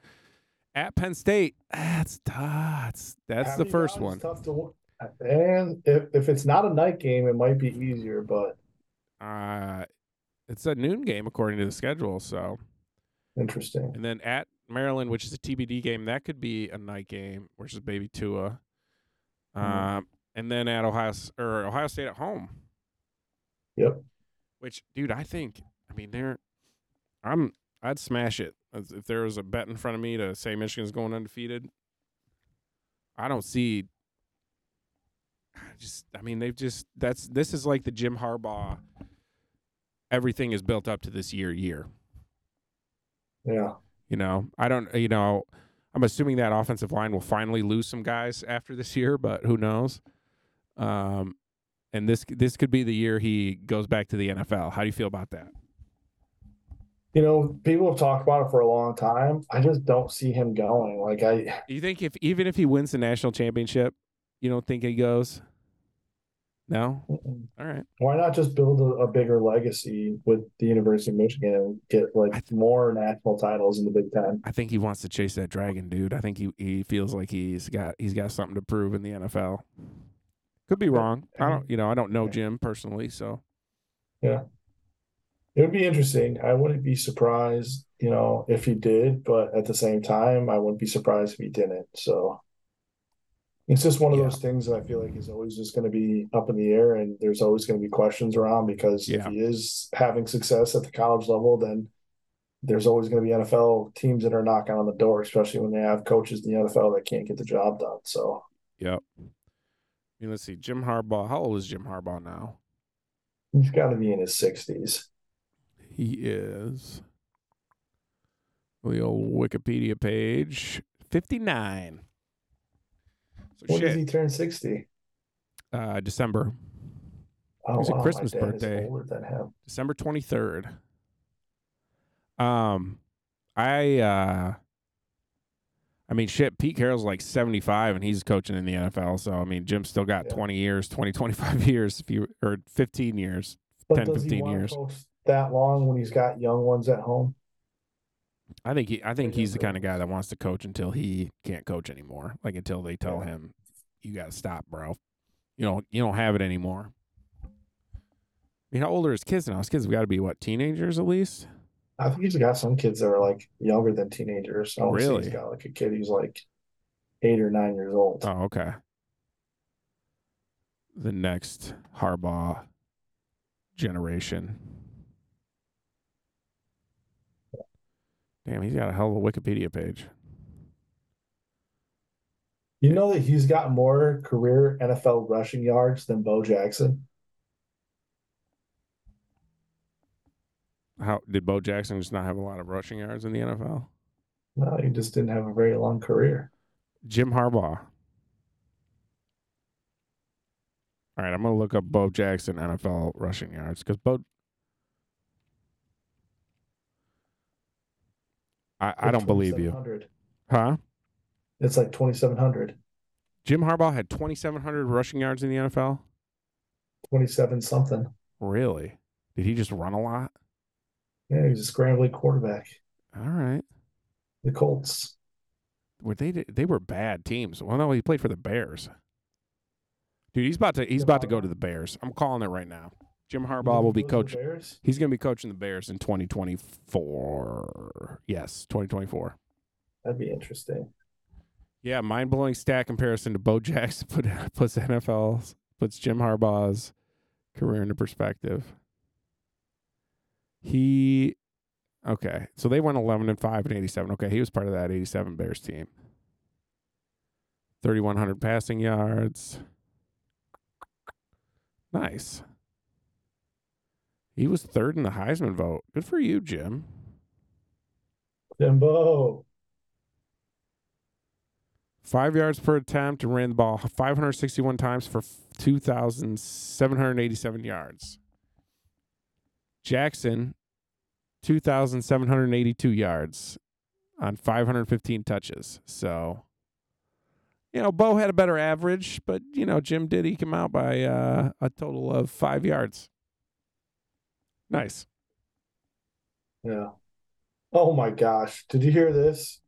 At Penn State, that's that's that's the
Happy
first one.
Valley's Tough to look. at. And if, if it's not a night game, it might be easier. But
Uh, it's a noon game according to the schedule. So,
interesting.
and then at Maryland, which is a TBD game, that could be a night game versus Baby Tua. Um,
Mhm.
and then at Ohio S- or Ohio State at home,
Yep.
which dude, I think I mean they're I'm I'd smash it As- if there was a bet in front of me to say Michigan's going undefeated. I don't see. I just I mean they've just that's this is like the Jim Harbaugh. Everything is built up to this year year.
Yeah.
You know, I don't, you know, I'm assuming that offensive line will finally lose some guys after this year, but who knows? Um, and this this could be the year he goes back to the NFL. How do you feel about that?
You know, people have talked about it for a long time. I just don't see him going. Like I,
Do you think if even if he wins the national championship, you don't think he goes? No. All right.
why not just build a, a bigger legacy with the University of Michigan and get like
I th-
more national titles in the Big Ten?
I think he wants to chase that dragon, dude. I think he, he feels like he's got he's got something to prove in the NFL. Could be wrong. I don't, you know, I don't know Jim personally, so
It would be interesting. I wouldn't be surprised, you know, if he did, but at the same time, I wouldn't be surprised if he didn't. So it's just one of
Yeah.
those things that I feel like is always just going to be up in the air and there's always going to be questions around because if
Yeah.
he is having success at the college level, then there's always going to be NFL teams that are knocking on the door, especially when they have coaches in the NFL that can't get the job done. So
Yep. I mean, let's see. Jim Harbaugh. How old is Jim Harbaugh now?
he's got to be in his 60s.
He is. The old Wikipedia page. 59. So
When does
Oh, shit.
he turn 60?
uh, December.
Oh,
was a
wow, my
Christmas
dad is
birthday.
older than him.
December 23rd. Um, I, uh, I mean, shit, Pete Carroll's like 75 and he's coaching in the NFL. So, I mean, Jim's still got
Yeah.
20 years, 20, 25 [laughs] years, if you, or 15 years.
But
10,
does
15
he want
years.
to coach that long when he's got young ones at home?
I think he, I think he's the
younger
kind of guy
ones.
that wants to coach until he can't coach anymore. Like until they tell
Yeah.
him, "You got to stop, bro. You don't you don't have it anymore." I mean, how old are his kids now? His kids have got to be what teenagers at least.
I think he's got some kids that are like younger than teenagers. I don't see
Oh, Really?
he's got like a kid who's like eight or nine years old.
Oh, okay. The next Harbaugh generation. Damn, he's got a hell of a Wikipedia page.
You know that he's got more career NFL rushing yards than Bo Jackson.
How did Bo Jackson just not have a lot of rushing yards in the NFL?
No, he just didn't have a very long career.
Jim Harbaugh. All right, I'm gonna look up Bo Jackson NFL rushing yards because Bo. I, I
It's
don't believe you,
2,700.
huh?
It's like 2,700,
Jim Harbaugh had 2,700 rushing yards in the NFL.
27 something.
Really? Did he just run a lot?
Yeah, he's a scrambling quarterback.
All right.
The Colts.
Were they they were bad teams. Well, no, he played for the Bears. Dude, he's about to he's about to go to the Bears. I'm calling it right now. Jim Harbaugh will be
Those are the
coach
Bears?
He's going to be coaching the Bears in 2024. Yes, 2024.
That'd be interesting.
Yeah, mind-blowing stat comparison to Bo Jackson [laughs] put, puts NFL's puts Jim Harbaugh's career into perspective. He okay, so they went 11 and 5 in 87. Okay, he was part of that 87 Bears team. 3100 passing yards. Nice. He was third in the Heisman vote. Good for you, Jim.
Jimbo.
Five yards per attempt and ran the ball 561 times for 2,787 yards. Jackson, 2,782 yards on 515 touches. So, you know, Bo had a better average, but, you know, Jim did eke him out by uh, a total of five yards. Nice.
Yeah. Oh my gosh. Did you hear this?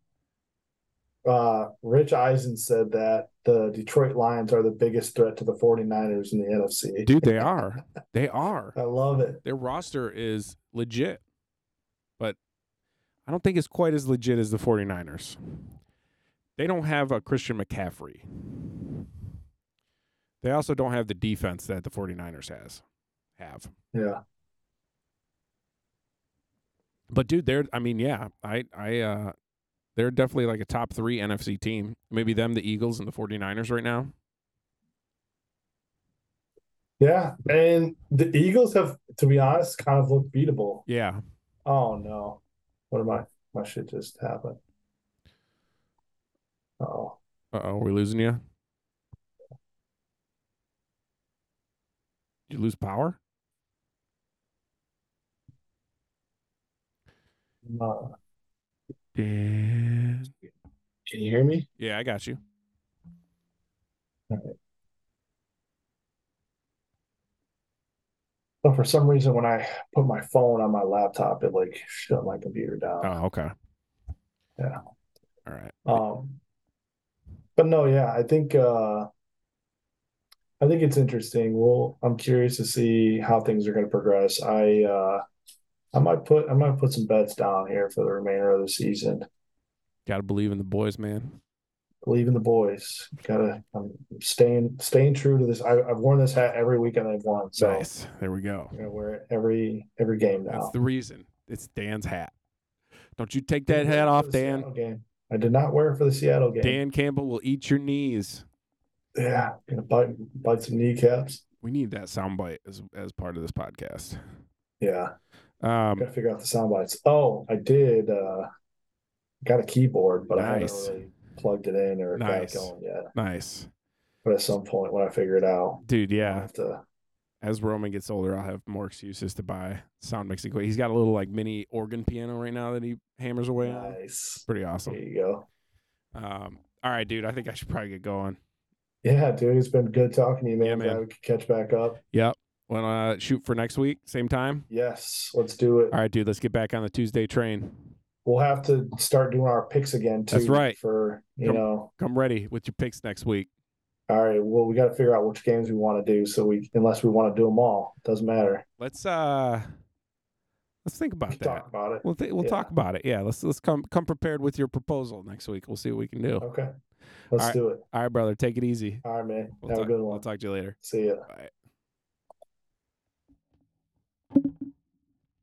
Uh, Rich Eisen said that the Detroit Lions are the biggest threat to the 49ers in the NFC.
Dude, they are. they are.
I love it.
Their roster is legit, but I don't think it's quite as legit as the 49ers. They don't have a Christian McCaffrey. They also don't have the defense that the 49ers has have.
Yeah.
But dude, they're I mean, yeah, I I uh they're definitely like a top 3 NFC team. Maybe them, the Eagles and the 49ers right now.
Yeah, and the Eagles have to be honest kind of looked beatable.
Yeah.
Oh no. What am I? My shit just happened. Oh.
Uh-oh, we're losing you. Did you lose power?
No.
Dan.
Can you hear me?
Yeah, I got you.
But for some reason, when I put my phone on my laptop, it like shut my computer down.
Oh, okay.
Yeah.
All right.
Um, but no, yeah, I think uh, I think it's interesting. Well, I'm curious to see how things are going to progress. I uh, I might put I might put some bets down here for the remainder of the season.
Got to believe in the boys, man.
Believe in the boys. Gotta I'm staying staying true to this. I, I've worn this hat every weekend I've won, so
Nice. There we go.
I'm gonna wear it every every game now.
That's the reason. It's Dan's hat. Don't you take that hat
For
off,
the
Dan.
Seattle game. I did not wear it for the Seattle game.
Dan Campbell will eat your knees.
Yeah, gonna bite bite some kneecaps.
We need that soundbite as as part of this podcast.
Yeah,
Um,
gotta figure out the sound bites. Oh, I did. uh Got a keyboard, but
Nice.
I haven't really plugged it in or
Nice.
got it going yet.
nice,
But at some point, when I figure it out,
dude.
I
Yeah,
have to.
as Roman gets older, I'll have more excuses to buy sound mixing. equipment. He's got a little like mini organ piano right now that he hammers away on.
Nice.
Pretty
There
awesome.
you go.
Um, all right, dude. I think I should probably get going.
Yeah, dude, it's been good talking to you, man.
Yeah, man.
Glad we could catch back up.
Yep. Want to uh, shoot for next week, same time?
Yes, let's do it.
All right, dude. Let's get back on the Tuesday train.
We'll have to start doing our picks again too.
That's right.
For you
Come-
know,
Come ready with your picks next week.
All right. Well, we got to figure out which games we want to do. So we, unless we want to do them all, doesn't matter.
Let's uh, let's think
We
about
can
that.
talk about it.
We'll th- we'll
Yeah.
talk about it. Yeah, let's let's come come prepared with your proposal next week. We'll see what we can do.
Okay. Let's
right.
do it.
All right, brother. Take it easy.
All right, man.
We'll
Have
talk,
a good
I'll
one.
talk to you later.
See ya.
Bye.